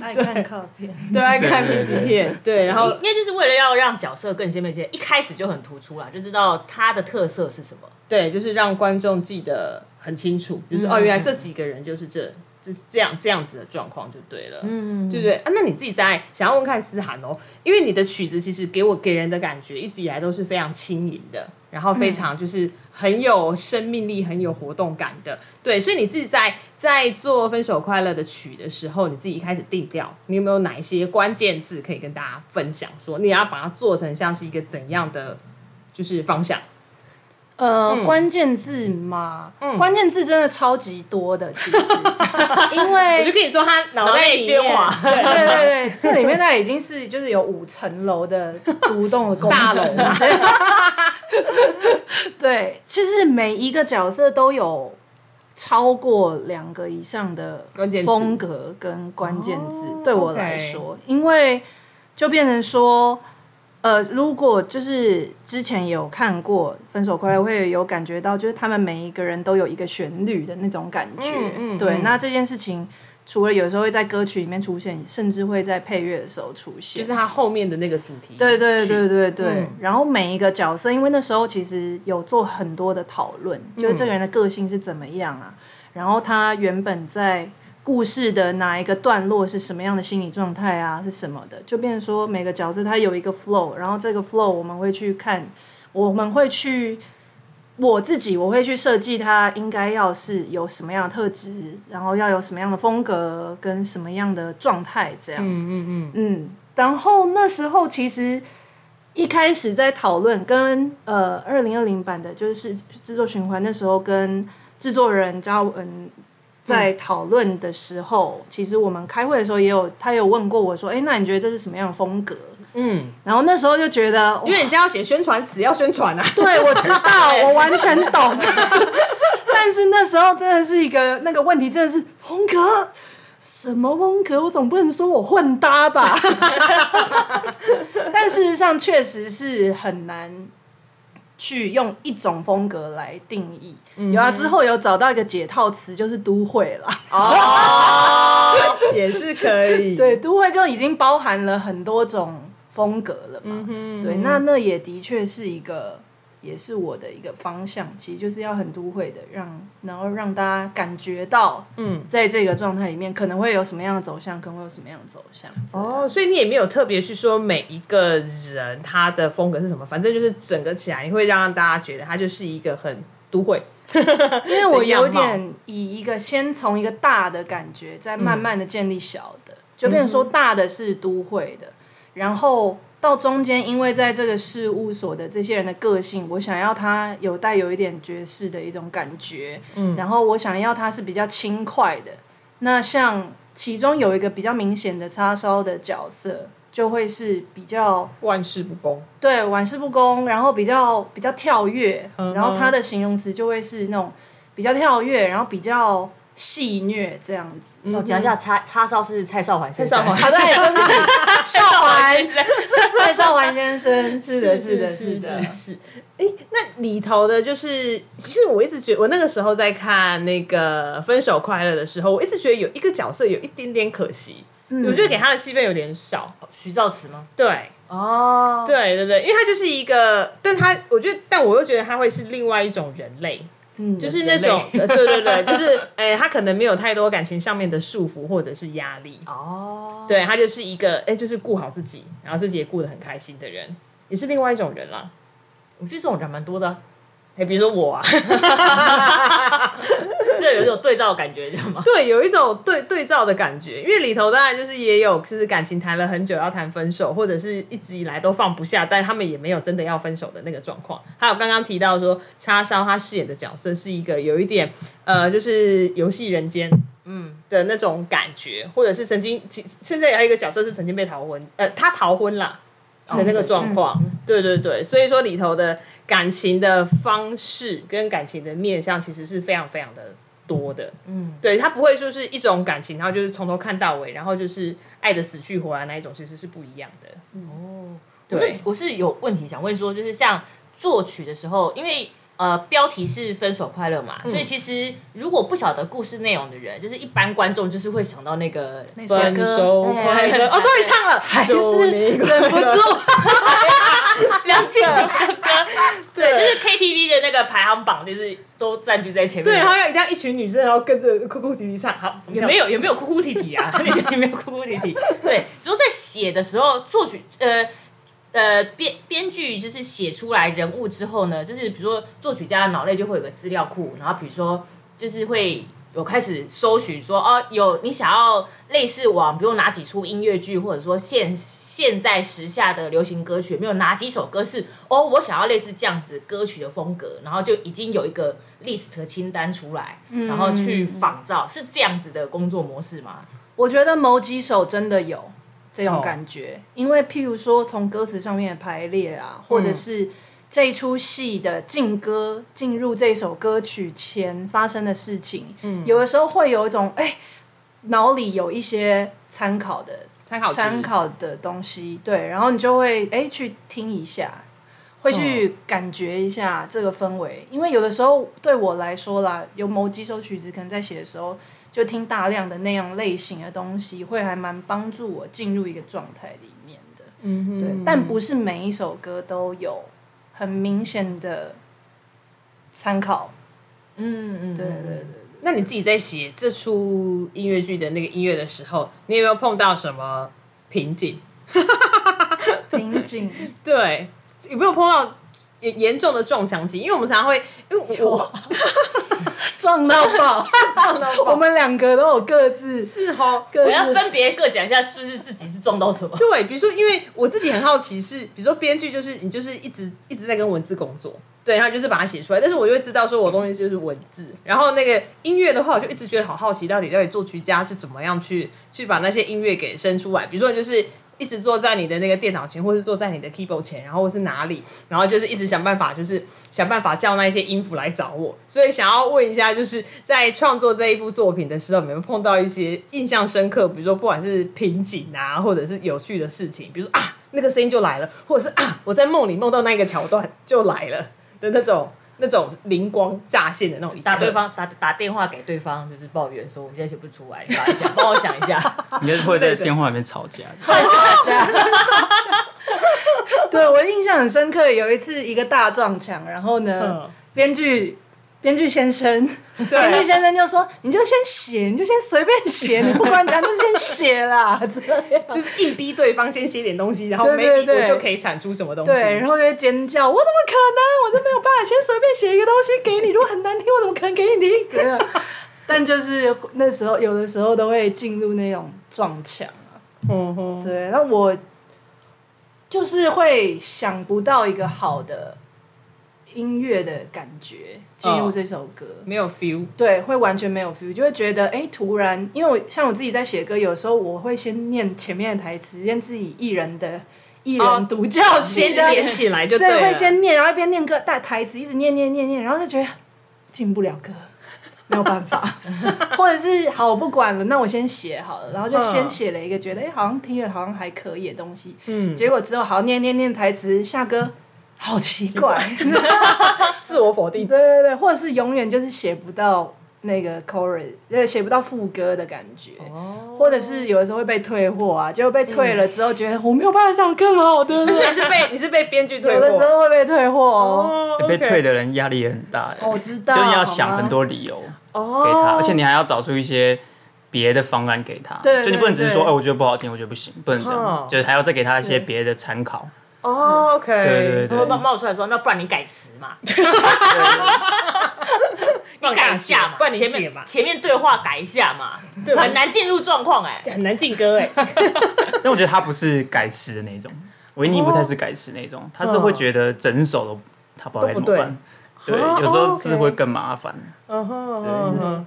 Speaker 4: 爱看靠 片，
Speaker 1: 对，爱看明信片，对，然后
Speaker 5: 应该就是为了要让角色更鲜明一些，一开始就很突出啦，就知道他的特色是什么。
Speaker 1: 对，就是让观众记得很清楚，就是、哦，原来这几个人就是这。就是这样这样子的状况就对了，嗯，对不对啊？那你自己在想要问看思涵哦，因为你的曲子其实给我给人的感觉一直以来都是非常轻盈的，然后非常就是很有生命力、很有活动感的，对。所以你自己在在做《分手快乐》的曲的时候，你自己一开始定调，你有没有哪一些关键字可以跟大家分享说？你要把它做成像是一个怎样的就是方向？
Speaker 4: 呃，关键字嘛，关键字真的超级多的，其实，因
Speaker 1: 我就
Speaker 4: 为
Speaker 1: 跟你说，他脑
Speaker 5: 脑
Speaker 1: 袋
Speaker 5: 内
Speaker 1: 里面
Speaker 5: 喧哗，
Speaker 4: 对对对，这里面它已经是就是有五层楼的独栋的公
Speaker 1: 大楼
Speaker 4: 司，对，其实每一个角色都有超过两个以上的
Speaker 1: 关键字
Speaker 4: 风格跟关键字，对我
Speaker 1: OK
Speaker 4: 来说，因为就变成说，呃，如果就是之前有看过《分手
Speaker 1: 嗯
Speaker 4: 快乐》，会有感觉到，就是他们每一个人都有一个旋律的那种感觉，
Speaker 1: 嗯嗯
Speaker 4: 对，
Speaker 1: 嗯
Speaker 4: 那这件事情。除了有时候会在歌曲里面出现，甚至会在配乐的时候出现，
Speaker 1: 就是他后面的那个主题，
Speaker 4: 对对对对对。
Speaker 1: 嗯
Speaker 4: 然后每一个角色，因为那时候其实有做很多的讨论，
Speaker 1: 嗯
Speaker 4: 就是这个人的个性是怎么样啊，然后他原本在故事的哪一个段落是什么样的心理状态啊，是什么的，就变成说每个角色他有一个 flow，然后这个 flow 我们会去看，我们会去。我自己我会去设计它应该要是有什么样的特质，然后要有什么样的风格跟什么样的状态这样。嗯，然后那时候其实一开始在讨论跟呃二零二零版的，就是制作循环那时候跟制作人张文在讨论的时候，其实我们开会的时候也有他有问过我说，哎，那你觉得这是什么样的风格？
Speaker 1: 嗯。
Speaker 4: 然后那时候就觉得，哇
Speaker 1: 因为人家要写宣传词，要宣传啊。
Speaker 4: 对，我知道，我完全懂。 但是那时候真的是一个那个问题，真的是风格，什么风格？我总不能说我混搭吧？ 但事实上，确实是很难去用一种风格来定义。有啊，之后有找到一个解套词，就是都会啦。
Speaker 1: 哦， 也是可以。
Speaker 4: 对，都会就已经包含了很多种风格了嘛。对，那那也的确是一个，也是我的一个方向，其实就是要很都会的，让然后让大家感觉到，
Speaker 1: 嗯，
Speaker 4: 在这个状态里面可能会有什么样的走向，可能会有什么样的走向。
Speaker 1: 哦，所以你也没有特别去说每一个人他的风格是什么，反正就是整个起来，你会让大家觉得他就是一个很都会。
Speaker 4: 因为我有
Speaker 1: 的样
Speaker 4: 点以一个先从一个大的感觉，再慢慢的建立小的，
Speaker 1: 嗯
Speaker 4: 就变成说大的是都会的，然后到中间，因为在这个事务所的这些人的个性，我想要他有带有一点爵士的一种感觉，
Speaker 1: 嗯
Speaker 4: 然后我想要他是比较轻快的。那像其中有一个比较明显的叉烧的角色，就会是比较
Speaker 1: 万事不恭，
Speaker 4: 对玩世不恭，然后比较比较跳跃，
Speaker 1: 嗯
Speaker 4: 然后它的形容词就会是那种比较跳跃，然后比较戏谑这样子。
Speaker 1: 嗯
Speaker 5: 我讲一下叉叉烧是蔡少环先生，
Speaker 1: 蔡少环
Speaker 4: 好的，对不起，少环，
Speaker 5: 生，
Speaker 4: 对，少环先生，是的，是的，是的，
Speaker 1: 是。哎，那里头的就是，其实我一直觉得，我那个时候在看那个《分手快乐》的时候，我一直觉得有一个角色有一点点可惜，我觉得给他的戏份有点少。
Speaker 5: 徐兆慈吗？
Speaker 1: 对，
Speaker 5: 哦，
Speaker 1: 对对对，因为他就是一个，但他我觉得，但我又觉得他会是另外一种人类，
Speaker 4: 嗯
Speaker 1: 就是那种，呃对对对，就是哎、他可能没有太多感情上面的束缚或者是压力，
Speaker 5: 哦，
Speaker 1: 对他就是一个哎、就是顾好自己，然后自己也顾得很开心的人，也是另外一种人啦。
Speaker 5: 我觉得这种人蛮多的啊，
Speaker 1: 哎、比如说我啊，
Speaker 5: 这有一种对照的感觉，知道吗？
Speaker 1: 对，有一种对对照的感觉，因为里头当然就是也有，就是感情谈了很久要谈分手，或者是一直以来都放不下，但他们也没有真的要分手的那个状况。还有刚刚提到说，叉烧他饰演的角色是一个有一点呃，就是游戏人间嗯的那种感觉，或者是曾经，其甚至还有一个角色是曾经被逃婚，呃，他逃婚啦
Speaker 5: 哦
Speaker 1: 的那个
Speaker 5: 嗯
Speaker 1: 状况，对对对，所以说里头的感情的方式跟感情的面向其实是非常非常的多的，嗯，对他不会说是一种感情，然后就是从头看到尾，然后就是爱的死去活来那一种，其实是不一样的。
Speaker 5: 我
Speaker 1: 对
Speaker 5: 是我是有问题想问说，就是像作曲的时候，因为呃标题是“分手快乐”嘛，所以其实如果不晓得故事内容的人，就是一般观众就是会想到那个
Speaker 4: 那首
Speaker 1: 分
Speaker 4: 歌
Speaker 1: 手快
Speaker 4: 哎
Speaker 1: 乐，哦，终于唱 了，还是忍
Speaker 5: 哎忍不住，
Speaker 1: 两姐，
Speaker 5: 对，就是 KTV 的那个排行榜，就是都占据在前面。
Speaker 1: 对，然后要一定要一群女生，然后跟着哭哭啼啼唱，好，
Speaker 5: 也没有也没有哭哭啼啼啊， 也没有哭哭啼啼。对，只是在写的时候，作曲呃呃编编剧就是写出来人物之后呢，就是比如说作曲家的脑内就会有个资料库，然后比如说就是会有开始搜寻说哦，有你想要类似往比如哪几出音乐剧，或者说现现在时下的流行歌曲，有没有哪几首歌是哦，我想要类似这样子歌曲的风格，然后就已经有一个 list 清单出来，
Speaker 1: 嗯
Speaker 5: 然后去仿照，是这样子的工作模式吗？
Speaker 1: 嗯
Speaker 4: 我觉得某几首真的有这
Speaker 1: 哦
Speaker 4: 种感觉，因为譬如说从歌词上面的排列啊，或者是这一出戏的进歌进入这首歌曲前发生的事情，有的时候会有一种哎脑里有一些参考的
Speaker 1: 参考
Speaker 4: 参
Speaker 1: 值，
Speaker 4: 考的东西，对，然后你就会哎去听一下，会
Speaker 1: 嗯
Speaker 4: 去感觉一下这个氛围，因为有的时候对我来说啦，有某几首曲子可能在写的时候就听大量的那样类型的东西，会还蛮帮助我进入一个状态里面的，
Speaker 1: 嗯哼
Speaker 4: 对，但不是每一首歌都有很明显的 参考，
Speaker 5: 嗯嗯，
Speaker 4: 对对对。
Speaker 1: 那你自己在写这出音乐剧的那个音乐的时候，你有没有碰到什么瓶颈？
Speaker 4: 瓶颈，
Speaker 1: 对，有没有碰到严严重的撞墙期？因为我们常常会，因为我我
Speaker 4: 撞到 爆！
Speaker 1: 撞到
Speaker 4: 我
Speaker 1: 爆，
Speaker 4: 们两个都有各自
Speaker 1: 是哦。
Speaker 4: 各
Speaker 5: 我
Speaker 4: 自
Speaker 5: 要分别各讲一下，就是自己是撞到什么。
Speaker 1: 对，比如说，因为我自己很好奇是，比如说编剧就是你就是一直一直在跟文字工作，对，然后就是把它写出来，但是我就会知道说我的东西就是文字，然后那个音乐的话，我就一直觉得好好奇，到底到底作曲家是怎么样去去把那些音乐给生出来，比如说你就是。一直坐在你的那个电脑前，或是坐在你的 keyboard 前，然后或是哪里，然后就是一直想办法，就是想办法叫那些音符来找我。所以想要问一下，就是在创作这一部作品的时候，有没有碰到一些印象深刻，比如说不管是瓶颈啊，或者是有趣的事情，比如说啊那个声音就来了，或者是啊我在梦里梦到那个桥段就来了的那种那种灵光乍现的那种一刻
Speaker 5: 打对方打打电话给对方，就是抱怨说我现在写不出来，你帮我讲，帮我想一下。
Speaker 3: 你就是会在
Speaker 1: 对对
Speaker 3: 电话里面吵架。
Speaker 4: 吵架， 对我印象很深刻，有一次一个大撞墙，然后呢，
Speaker 1: 嗯，
Speaker 4: 编剧编剧先生，编剧
Speaker 1: 对，
Speaker 4: 先生就说：“你就先写，你就先随便写，你不管怎样就先写啦。”这样
Speaker 1: 就是硬逼对方先写点东西，然后
Speaker 4: 对对
Speaker 1: maybe
Speaker 4: 对
Speaker 1: 我就可以产出什么东西。
Speaker 4: 对，然后就会尖叫：“我怎么可能？我都没有办法先随便写一个东西给你，如果很难听，我怎么可能给你听？”这样， 但就是那时候，有的时候都会进入那种撞墙。啊
Speaker 1: 嗯哼，
Speaker 4: 对，那我就是会想不到一个好的音乐的感觉进入这首歌，
Speaker 1: 没有 feel，
Speaker 4: 对，会完全没有 feel，就会觉得哎，诶突然，因为我像我自己在写歌，有时候我会先念前面的台词，先自己一人的一
Speaker 1: 哦
Speaker 4: 人独角戏
Speaker 1: 先
Speaker 4: 的，
Speaker 1: 连起来就
Speaker 4: 所
Speaker 1: 对
Speaker 4: 以
Speaker 1: 了。
Speaker 4: 会先念，然后一边念歌带台词，一直念念念念，然后就觉得进不了歌，没有办 法， 或者是好我不管了，那我先写好了，然后就先写了一个觉得哎、诶好像听了好像还可以的东西，
Speaker 1: 嗯
Speaker 4: 结果之后好像念念念台词下歌。好奇怪，
Speaker 1: 自我否定
Speaker 4: 对。对对，或者是永远就是写不到那个 chorus，呃，写不到副歌的感觉，
Speaker 1: 哦
Speaker 4: 或者是有的时候会被退货啊，结果被退了之后觉得我没有办法想更好的了，
Speaker 1: 所以是嗯 被你是被编剧推
Speaker 4: 有的时
Speaker 1: 过。
Speaker 4: 候会被退货哦。
Speaker 1: 哦
Speaker 3: 被退
Speaker 1: 的
Speaker 3: 的人压力也很大，欸
Speaker 4: 我知道，
Speaker 3: 就是
Speaker 4: 好
Speaker 3: 要
Speaker 4: 吗
Speaker 3: 想很。多理由
Speaker 1: 哦
Speaker 3: 给他，而且你还要找出一些别的方案给他。
Speaker 4: 对
Speaker 3: 就你不能只是说，
Speaker 4: 对
Speaker 3: 哎，我觉得不好听，我觉得不行，不能这
Speaker 1: 哦
Speaker 3: 样，就是还要再给他一些别的参考。
Speaker 1: 哦，OK，
Speaker 3: 对对
Speaker 5: 然后
Speaker 3: 对
Speaker 5: 冒冒出来说，那不然你改词 嘛，
Speaker 1: 放
Speaker 5: 改
Speaker 1: 大
Speaker 5: 一下嘛，
Speaker 1: 不然你
Speaker 5: 前
Speaker 1: 写
Speaker 5: 面
Speaker 1: 嘛，
Speaker 5: 前面对话改一下嘛，
Speaker 1: 对吧
Speaker 5: 很？难进入状况哎。
Speaker 1: 很难进歌哎，
Speaker 3: 但我觉得他不是改词的那种，维尼不太是改词那种，他是
Speaker 4: 哦
Speaker 3: 会觉得整首都他不知道该怎么办。对，
Speaker 1: 哦
Speaker 3: 有时候
Speaker 1: 哦
Speaker 3: 是会更麻烦。
Speaker 1: 嗯哼嗯哼嗯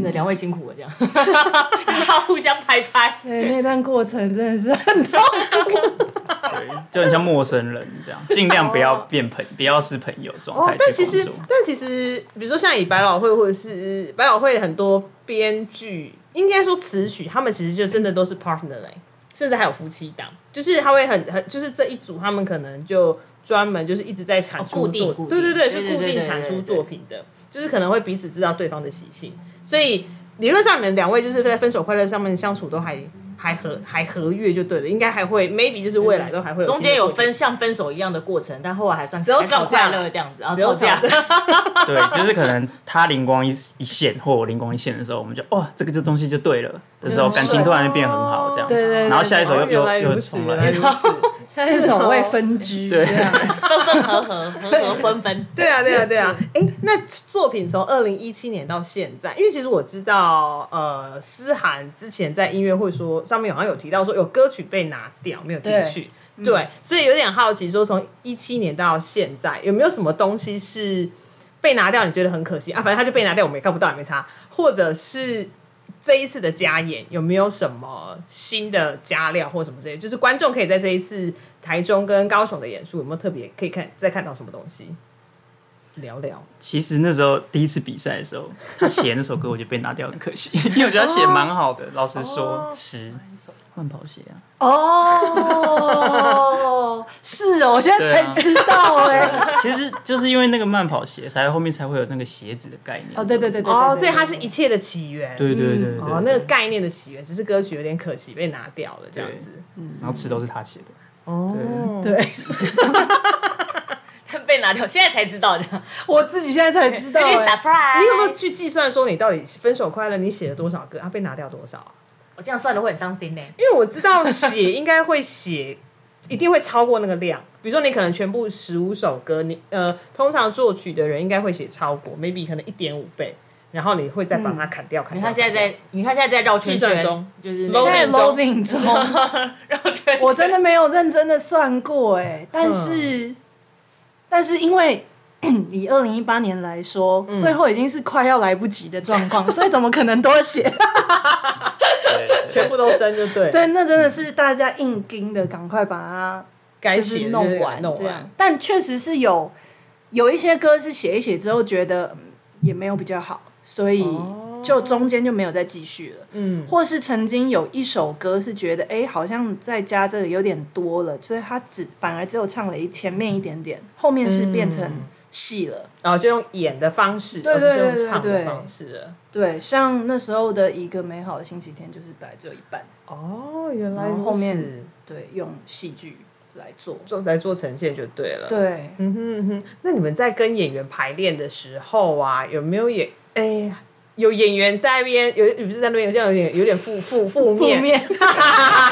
Speaker 5: 所以两位辛苦了，这样， 就是要互相拍拍。
Speaker 4: 对，那段过程真 的是很痛。
Speaker 3: 对，就很像陌生人这样，尽量不
Speaker 4: 哦
Speaker 3: 要变朋，不要是朋友状态
Speaker 1: 哦但其
Speaker 3: 去工
Speaker 1: 实
Speaker 3: 作。
Speaker 1: 但其实，比如说像以百老汇或者是百老汇很多编剧，应该说词曲，他们其实就真的都是 partner 哎、甚至还有夫妻档，就是他会很很，就是这一组他们可能就专门就是一直在产出
Speaker 5: 哦固定
Speaker 1: 作
Speaker 5: 固定
Speaker 1: 对对对，
Speaker 5: 对
Speaker 1: 是
Speaker 5: 对
Speaker 1: 固
Speaker 5: 对
Speaker 1: 定
Speaker 5: 对
Speaker 1: 产出
Speaker 5: 对对
Speaker 1: 作品的，就是可能会彼此知道对方的习性，所以理论上你们两位就是在分手快乐上面相处都还还和还和悦就对了，应该还会 maybe 就是未来都还会有
Speaker 5: 嗯中间有
Speaker 1: 新的
Speaker 5: 分像分手一样的过程，但后来还算
Speaker 1: 有
Speaker 5: 还算
Speaker 1: 吵架
Speaker 5: 快乐这样子，然后
Speaker 1: 只有
Speaker 5: 吵架
Speaker 1: 吵，
Speaker 3: 对，就是可能他灵光一一现，或我灵光一现的时候，我们就哇，这个这东西就对了的时
Speaker 1: 真
Speaker 3: 候，
Speaker 1: 的
Speaker 3: 感
Speaker 1: 是
Speaker 3: 情突然就变很好，这样。
Speaker 4: 对对对
Speaker 3: 然后下一首
Speaker 1: 作
Speaker 3: 又
Speaker 1: 品。哦原来
Speaker 3: 又
Speaker 1: 如
Speaker 3: 又
Speaker 1: 此，
Speaker 3: 重
Speaker 1: 原
Speaker 3: 来
Speaker 1: 来。如此，
Speaker 4: 四手未分居，
Speaker 1: 哦
Speaker 3: 对
Speaker 4: 这样
Speaker 5: 分分合合，合 合分分。
Speaker 1: 对啊，对啊，对啊。哎、那作品从二零一七年到现在，因为其实我知道，呃，思涵之前在音乐会说上面好像有提到说有歌曲被拿掉，没有进去。对，嗯所以有点好奇，说从一七年到现在，有没有什么东西是被拿掉？你觉得很可惜啊？反正他就被拿掉，我们也看不到，也没差。或者是这一次的加演有没有什么新的加料或什么之类的？就是观众可以在这一次台中跟高雄的演出有没有特别可以看再看到什么东西？聊聊，
Speaker 3: 其实那时候第一次比赛的时候，他写那首歌我就被拿掉，很可惜， 因为我觉得他写蛮好的。老实说，词慢跑鞋啊，
Speaker 4: 哦，是哦，我现在
Speaker 3: 对啊
Speaker 4: 才知道哎、
Speaker 3: 其实就是因为那个慢跑鞋，才后面才会有那个鞋子的概念。
Speaker 4: 哦，对对对对对
Speaker 1: 哦，
Speaker 4: 对
Speaker 1: 所以它是一切的起源，
Speaker 3: 对对对对对
Speaker 1: 哦，那个概念的起源，只是歌曲有点可惜被拿掉了这样子。
Speaker 3: 然后词都是他写的。
Speaker 1: 哦，
Speaker 4: 对，
Speaker 5: 被拿掉，现在才知道这样，
Speaker 4: 我自己现在才知道、
Speaker 5: 有点
Speaker 4: 哎
Speaker 5: surprise。
Speaker 1: 欸你有没有去计算说你到底分手快乐你写了多少歌，它、被拿掉多少啊？
Speaker 5: 我这样算的会很伤心呢。
Speaker 1: 因为我知道写应该会写，一定会超过那个量。比如说你可能全部十五首歌，你呃，通常作曲的人应该会写超过，maybe 可能一点五倍，然后你会再
Speaker 4: 嗯
Speaker 1: 把它砍掉，砍
Speaker 5: 你
Speaker 1: 掉。
Speaker 5: 看现在
Speaker 1: 砍
Speaker 5: 在，你看现在在绕圈
Speaker 1: 哎计算
Speaker 5: 圈
Speaker 1: 中，
Speaker 5: 就是
Speaker 1: 现
Speaker 4: 现在
Speaker 1: loading
Speaker 4: loading 中，
Speaker 5: 绕圈。
Speaker 4: 我真的没有认真的算过哎、但是、
Speaker 1: 嗯
Speaker 4: 但是因为 以二零一八年来说，
Speaker 1: 嗯
Speaker 4: 最后已经是快要来不及的状况，所以怎么可能多写？
Speaker 3: 对对
Speaker 1: 掉全部都升就对，
Speaker 4: 对，那真的是大家硬盯的，赶快把它
Speaker 1: 该
Speaker 4: 就
Speaker 1: 写
Speaker 4: 是
Speaker 1: 的
Speaker 4: 弄
Speaker 1: 就是
Speaker 4: 完
Speaker 1: 弄
Speaker 4: 这样。但确实是有有一些歌是写一写之后觉得、嗯也没有比较好，所以
Speaker 1: 哦
Speaker 4: 就中间就没有再继续了。
Speaker 1: 嗯，
Speaker 4: 或是曾经有一首歌是觉得哎、诶好像在加这个有点多了，所以他只反而只有唱了一前面一点点，后面是变成
Speaker 1: 嗯
Speaker 4: 戏了。
Speaker 1: 然后就用演的方式，
Speaker 4: 对
Speaker 1: 而不是
Speaker 4: 对对
Speaker 1: 用唱
Speaker 4: 对
Speaker 1: 的
Speaker 4: 对
Speaker 1: 方式了。
Speaker 4: 对，像那时候的一个美好的星期天，就是本来只有一半，
Speaker 1: 哦，原来
Speaker 4: 然后
Speaker 1: 如
Speaker 4: 后
Speaker 1: 此
Speaker 4: 面，对，用戏剧来做。
Speaker 1: 做来做呈现就对了。
Speaker 4: 对，
Speaker 1: 嗯哼嗯哼，那你们在跟演员排练的时候啊，有没有演？哎呀，有演员在那边，有不是在那边，有这样有点有点负负负
Speaker 4: 负
Speaker 1: 面，
Speaker 4: 面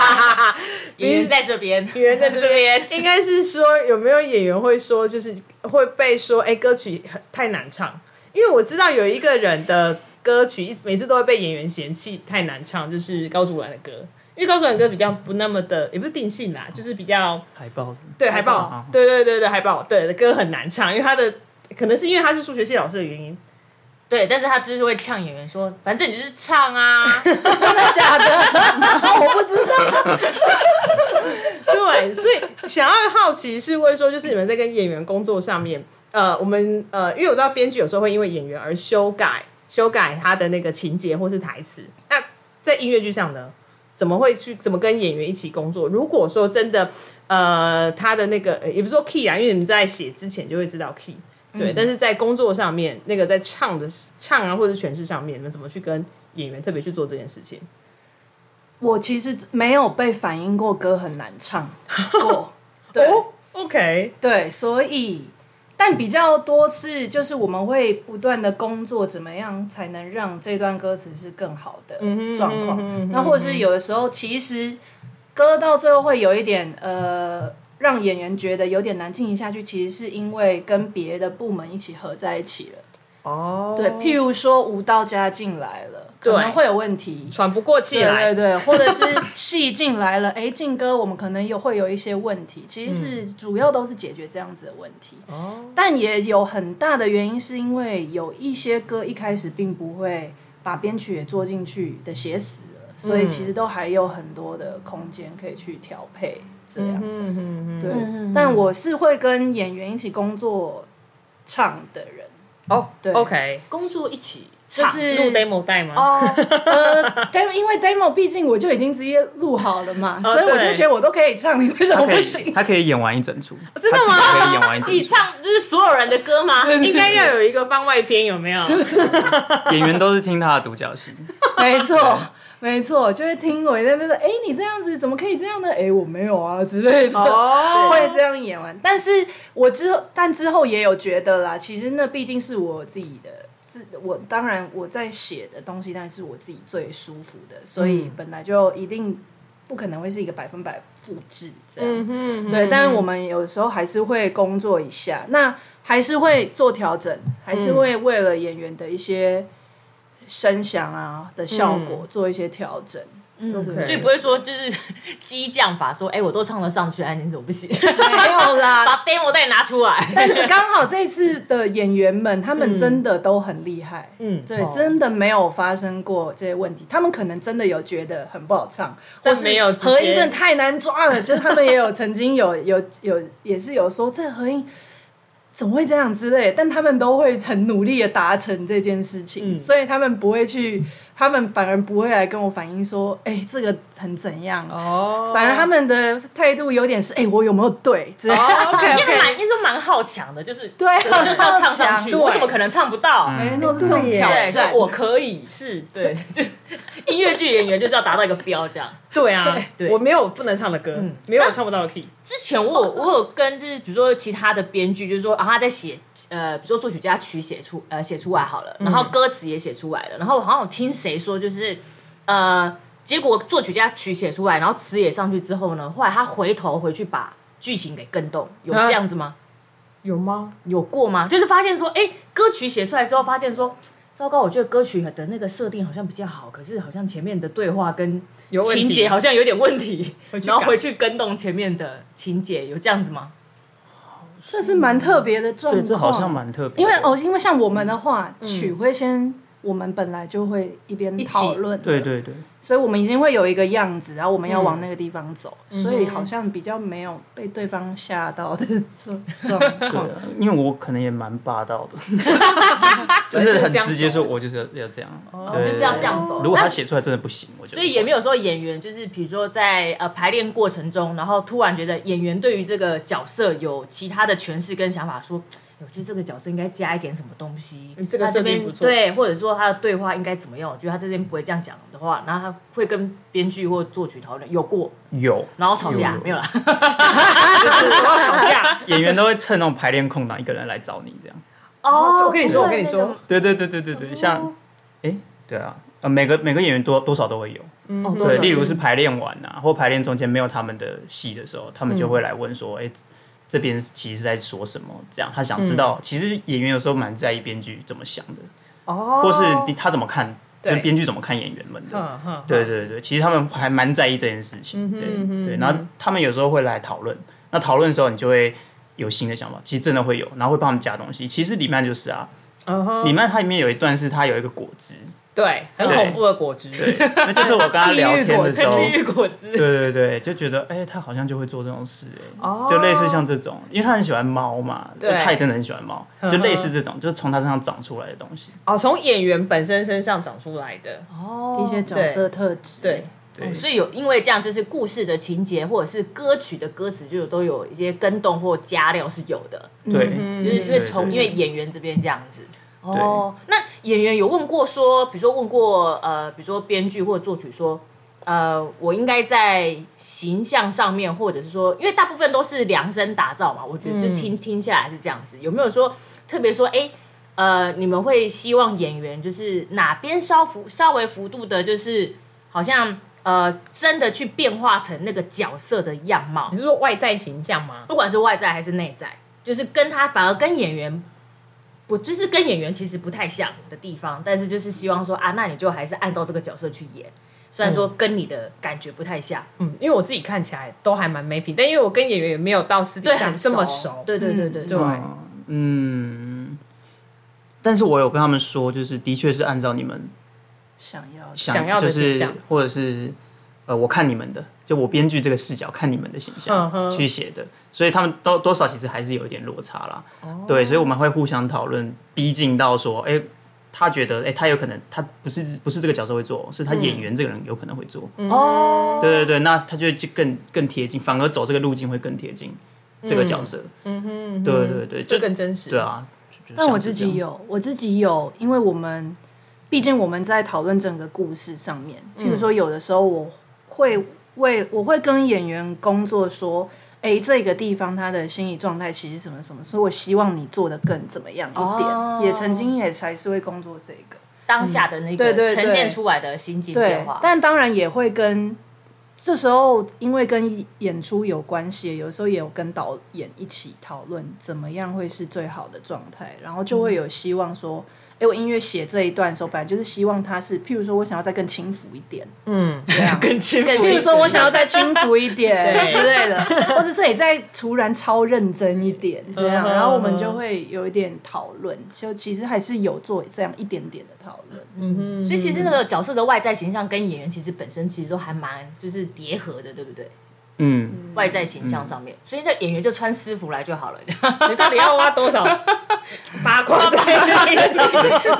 Speaker 5: 演员 在这边，演
Speaker 1: 员在这
Speaker 5: 边，
Speaker 1: 应该是说有没有演员会说，就是会被说，哎、歌曲很太难唱，因为我知道有一个人的歌曲一每次都会被演员嫌弃太难唱，就是高竹兰的歌，因为高竹兰的歌比较不那么的，也不是定性啦，就是比较
Speaker 3: 海报
Speaker 1: 对海
Speaker 4: 海
Speaker 1: 报
Speaker 3: 报，
Speaker 1: 对对对对海报，对歌很难唱，因为他的可能是因为他是数学系老师的原因，
Speaker 5: 对，但是他就是会呛演员说，反正你就是 唱啊，
Speaker 4: 真的 假的？我不知道。
Speaker 1: 对，所以想要好奇是问说，就是你们在跟演员工作上面，呃，我们呃，因为我知道编剧有时候会因为演员而修改修改他的那个情节或是台词。那在音乐剧上呢，怎么会去怎么跟演员一起工作？如果说真的，呃，他的那个呃也不是说 key 啊，因为你们在写之前就会知道 key。对，
Speaker 4: 嗯
Speaker 1: 但是在工作上面，那个在唱的唱啊，或者诠释上面，你们怎么去跟演员特别去做这件事情？
Speaker 4: 我其实没有被反映过歌很难唱 过，对、
Speaker 1: 哦，OK，
Speaker 4: 对，所以但比较多次就是我们会不断的工作，怎么样才能让这段歌词是更好的
Speaker 1: 嗯
Speaker 4: 状况？那或者是有的时候其实歌到最后会有一点呃。让演员觉得有点难进行下去，其实是因为跟别的部门一起合在一起了。
Speaker 1: 哦，
Speaker 4: 对，譬如说舞蹈家进来了，可能
Speaker 1: 对
Speaker 4: 会有问题，
Speaker 1: 喘不过气来，
Speaker 4: 对 对对，或者是戏进来了，哎，进歌我们可能有会有一些问题，其实
Speaker 1: 嗯
Speaker 4: 是主要都是解决这样子的问题。哦，但也有很大的原因是因为有一些歌一开始并不会把编曲也做进去的写死了，所以
Speaker 1: 嗯
Speaker 4: 其实都还有很多的空间可以去调配这样。
Speaker 1: 嗯哼哼。
Speaker 4: 对，但我是会跟演员一起工作唱的人。
Speaker 1: 哦，
Speaker 4: 对
Speaker 1: o k
Speaker 5: 工作一起
Speaker 4: 就
Speaker 1: 唱
Speaker 4: 是
Speaker 1: 录 demo 带吗？
Speaker 4: 哦，呃，demo，因为 demo 毕竟我就已经直接录好了嘛，所以我就
Speaker 1: 哦对
Speaker 4: 觉得我都可以唱，你为什
Speaker 3: 他
Speaker 4: 么
Speaker 3: 可
Speaker 4: 不
Speaker 3: 以
Speaker 4: 行？
Speaker 3: 他可以演完一整出，
Speaker 1: 真的吗
Speaker 3: 他自己可以演完一
Speaker 5: 自己
Speaker 3: 整出，
Speaker 5: 唱就是所有人的歌吗？
Speaker 1: 应该要有一个番外篇，有没有？
Speaker 3: 演员都是听他的独角 戏。
Speaker 4: 没错，没错，就会听我在那边说，哎、你这样子怎么可以这样呢？哎、我没有啊之类的。
Speaker 1: 哦
Speaker 4: 会这样演完，但是我之后，但之后也有觉得啦，其实那毕竟是我自己的，是我当然我在写的东西，但是我自己最舒服的，所以
Speaker 1: 嗯
Speaker 4: 本来就一定不可能会是一个百分百复制这样。
Speaker 1: 嗯
Speaker 4: 对，但是我们有时候还是会工作一下，那还是会做调整，还是会为了演员的一些声响啊的效果做一些调整。
Speaker 1: OK
Speaker 5: 所以不会说就是激将法，说哎、我都唱得上去，哎，你怎么不行？
Speaker 4: 没有啦，
Speaker 5: 把 demo 带拿出来。
Speaker 4: 但是刚好这次的演员们，他们真的都很厉害。
Speaker 1: 嗯，
Speaker 4: 对，真的没有发生过这些问题。他们可能真的有觉得很不好唱，或
Speaker 1: 但
Speaker 4: 是
Speaker 1: 没有直接
Speaker 4: 合音真的太难抓了。就是他们也有曾经有有 有也是有说这合音怎么会这样之类，但他们都会很努力的达成这件事情，
Speaker 1: 嗯
Speaker 4: 所以他们不会去，他们反而不会来跟我反映说，哎、这个很怎样。
Speaker 1: 哦，
Speaker 4: 反而他们的态度有点是，哎、我有没有对？之类的。
Speaker 1: 哦 OK
Speaker 5: 因为
Speaker 1: OK，
Speaker 5: 蛮，因为蛮好强的，就是
Speaker 4: 对啊，
Speaker 5: 就是要唱上去，
Speaker 1: 对
Speaker 5: 我怎么可能唱不到？嗯
Speaker 4: 每人哎都是这种
Speaker 1: 对耶
Speaker 4: 挑
Speaker 5: 对，
Speaker 4: 战。
Speaker 5: 我可以是对， 就音乐剧演员就是要达到一个标这样。
Speaker 1: 对啊，
Speaker 5: 对
Speaker 1: 我没有不能唱的歌，没有我唱不到的 key，
Speaker 5: 之前我有我有跟就是比如说其他的编剧，就是说啊他在写呃比如说作曲家曲写出呃写出来好了，然后歌词也写出来了，然后我好像有听谁说就是呃结果作曲家曲写出来，然后词也上去之后呢，后来他回头回去把剧情给更动，有
Speaker 1: 啊
Speaker 5: 这样子吗？
Speaker 1: 有吗？
Speaker 5: 有过吗？就是发现说，哎、歌曲写出来之后，发现说，糟糕，我觉得歌曲的那个设定好像比较好，可是好像前面的对话跟
Speaker 1: 有问题
Speaker 5: 情节好像有点问题，
Speaker 1: 回去
Speaker 5: 然后
Speaker 1: 改
Speaker 5: 回去跟动前面的情节，有这样子吗？
Speaker 4: 这是蛮特别的状
Speaker 3: 这
Speaker 4: 况，
Speaker 3: 这好像蛮特别
Speaker 4: 因
Speaker 3: 的，
Speaker 4: 为哦，因为像我
Speaker 1: 嗯
Speaker 4: 们的话，曲会先我们本来就会一边
Speaker 1: 一起
Speaker 4: 讨论，
Speaker 3: 对，对对，
Speaker 4: 所以我们已经会有一个样子，然后我们要
Speaker 1: 嗯
Speaker 4: 往那个地方走，所以好像比较没有被对方吓到的这 这种
Speaker 3: 对
Speaker 4: 况。
Speaker 5: 嗯
Speaker 3: 啊，因为我可能也蛮霸道 的，就是很直接说，我就是要要这样，
Speaker 5: 哦
Speaker 3: 对
Speaker 5: 就是要这样走
Speaker 3: 如果
Speaker 5: 那
Speaker 3: 他写出来真的不行，我就
Speaker 5: 所以也没有说演员就是比如说在呃排练过程中，然后突然觉得演员对于这个角色有其他的诠释跟想法，说。哎我觉得这个角色应该加一点什么东西，
Speaker 1: 嗯这个
Speaker 5: 他这
Speaker 1: 设定
Speaker 5: 边
Speaker 1: 不错
Speaker 5: 对，或者说他的对话应该怎么样？我觉得他这边不会这样讲的话，然后他会跟编剧或作曲讨论，有过，
Speaker 3: 有
Speaker 5: 然后吵架
Speaker 3: 有
Speaker 5: 没有 啦，
Speaker 1: 我要吵 架。
Speaker 3: 演员都会趁那种排练空档一个人来找你这样。
Speaker 5: 哦
Speaker 1: 我跟你说，我跟你
Speaker 4: 对
Speaker 1: 说，
Speaker 3: 对对对对对对，像哎，对啊，呃，每个每个演员多多少都会有，
Speaker 1: 嗯
Speaker 5: 哦，
Speaker 3: 对，
Speaker 5: 有
Speaker 3: 例如
Speaker 5: 就是
Speaker 3: 排练完啊，或排练中间没有他们的戏的时候，他
Speaker 1: 嗯
Speaker 3: 们就会来问说，哎、这边其实在说什么？这样，他想知
Speaker 1: 嗯
Speaker 3: 道，其实演员有时候蛮在意编剧怎么想的，
Speaker 1: 哦，
Speaker 3: 或是你他怎么看，就
Speaker 1: 对
Speaker 3: 编剧怎么看演员们的。
Speaker 1: 嗯，嗯，
Speaker 3: 对对对，其实他们还蛮在意这件事情，对、
Speaker 1: 嗯哼
Speaker 3: 对。
Speaker 1: 嗯
Speaker 3: 然后他们有时候会来讨论，那讨论的时候你就会有新的想法，其实真的会有，然后会帮他们加东西。其实里面就是啊，
Speaker 1: 嗯哼，
Speaker 3: 里面它里面有一段是它有一个果汁，
Speaker 1: 对，很
Speaker 3: 对
Speaker 1: 恐怖的果汁，
Speaker 3: 对， 那就是我跟他聊天的时 候
Speaker 5: 跟，地狱果汁，
Speaker 3: 对对对，就觉得哎、他好像就会做这种事、哎、
Speaker 1: 哦
Speaker 3: 就类似像这种，因为他很喜欢猫嘛，
Speaker 1: 对
Speaker 3: 他也真的很喜欢猫，
Speaker 1: 嗯
Speaker 3: 就
Speaker 1: 哼
Speaker 3: 类似这种，就是从他身上长出来的东西。
Speaker 1: 哦，从演员本身身上长出来的，
Speaker 5: 哦
Speaker 4: 一些角色特质，
Speaker 1: 对，
Speaker 3: 对，
Speaker 5: 所以有因为这样，就是故事的情节或者是歌曲的歌词，就都有一些跟动或加料是有的，
Speaker 3: 对，
Speaker 1: 嗯
Speaker 5: 就是因为从
Speaker 3: 对对
Speaker 5: 因为演员这边这样子。哦，那演员有问过说，比如说问过呃，比如说编剧或作曲说，呃，我应该在形象上面，或者是说，因为大部分都是量身打造嘛，我觉得就听、听下来是这样子。有没有说特别说，哎、呃，你们会希望演员就是哪边稍幅稍微幅度的，就是好像呃，真的去变化成那个角色的样貌
Speaker 1: 你，是说外在形象吗？
Speaker 5: 不管是外在还是内在，就是跟他反而跟演员不就是跟演员其实不太像的地方，但是就是希望说啊，那你就还是按照这个角色去演，虽然说跟你的感觉不太像，
Speaker 1: 嗯，因为我自己看起来都还蛮没品，但因为我跟演员也没有到私底
Speaker 5: 对，
Speaker 1: 下
Speaker 5: 很
Speaker 1: 这么
Speaker 5: 熟
Speaker 1: 熟，，
Speaker 5: 对对对对
Speaker 1: 对
Speaker 5: 对，
Speaker 3: 嗯，但是我有跟他们说，就是的确是按照你们
Speaker 4: 想要的
Speaker 3: 想
Speaker 1: 想要的
Speaker 3: 就是
Speaker 1: 形象
Speaker 3: 或者是呃，我看你们的，就我编剧这个视角看你们的形象
Speaker 1: 嗯哼
Speaker 3: 去写的，所以他们都多少其实还是有一点落差啦。对，所以我们会互相讨论，逼近到说，哎、他觉得，哎、他有可能他不是不是这个角色会做，是他演员这个人有可能会做。
Speaker 5: 哦，
Speaker 3: 对对对，那他就就更更贴近，反而走这个路径会更贴近这个角色。嗯哼，对对对，
Speaker 1: 就
Speaker 3: 就
Speaker 1: 更真实。
Speaker 3: 对，啊。就
Speaker 4: 但我
Speaker 3: 就像是
Speaker 4: 自
Speaker 3: 这样
Speaker 4: 己有，我自己有，因为我们毕竟我们在讨论整个故事上面，譬
Speaker 3: 嗯
Speaker 4: 如说有的时候我会为我会跟演员工作说。哎，这个地方他的心理状态其实什么什么，所以我希望你做的更怎么样一点。
Speaker 5: 哦
Speaker 4: 也曾经也才是会工作这个，
Speaker 5: 当下的那
Speaker 4: 对
Speaker 5: 个
Speaker 4: 对对
Speaker 5: 呈现出来的心境
Speaker 4: 对
Speaker 5: 变化，，
Speaker 4: 但当然也会跟这时候，因为跟演出有关系，有时候也有跟导演一起讨论怎么样会是最好的状态，然后就会有希望说，哎、我音乐写这一段的时候，本来就是希望它是，譬如说我想要再更轻浮一 点，
Speaker 1: 嗯，
Speaker 4: 这样。
Speaker 1: 更亲更
Speaker 4: 譬如
Speaker 1: 亲
Speaker 4: 说，我想要再轻浮一 点
Speaker 1: 对
Speaker 4: 之类的，或者这里再突然超认真一点，这样，
Speaker 1: 嗯哼
Speaker 4: 然后我们就会有一点讨论，就其实还是有做这样一点点的讨论。
Speaker 5: 所以其实那个角色的外在形象跟演员其实本身其实都还蛮就是叠合的，对不对？
Speaker 3: 嗯，
Speaker 5: 外在形象上面，所以这演员就穿私服来就好了，
Speaker 1: 你到底要挖多 少八卦在那里？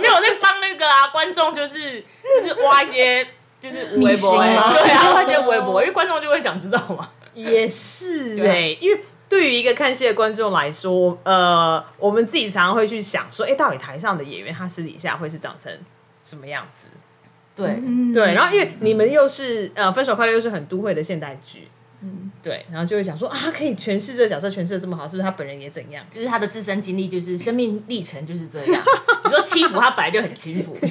Speaker 5: 没有在帮那个啊观众就是就是挖一些就是微博、
Speaker 4: 迷
Speaker 5: 欸
Speaker 4: 信吗
Speaker 5: 对啊，挖一些微博，因为观众就会想知道嘛。
Speaker 1: 也是哎、因为对于一个看戏的观众来说，呃，我们自己常常会去想说，哎、到底台上的演员他私底下会是长成什么样子？
Speaker 5: 对，
Speaker 4: 嗯，
Speaker 1: 对，然后因为你们又是呃《分手快乐》又是很都会的现代剧，嗯，对，然后就会想说啊，他可以诠释这个角色诠释的这么好，是不是他本人也怎样？
Speaker 5: 就是他的自身经历，就是生命历程就是这样。你说轻浮，他本来就很轻浮。我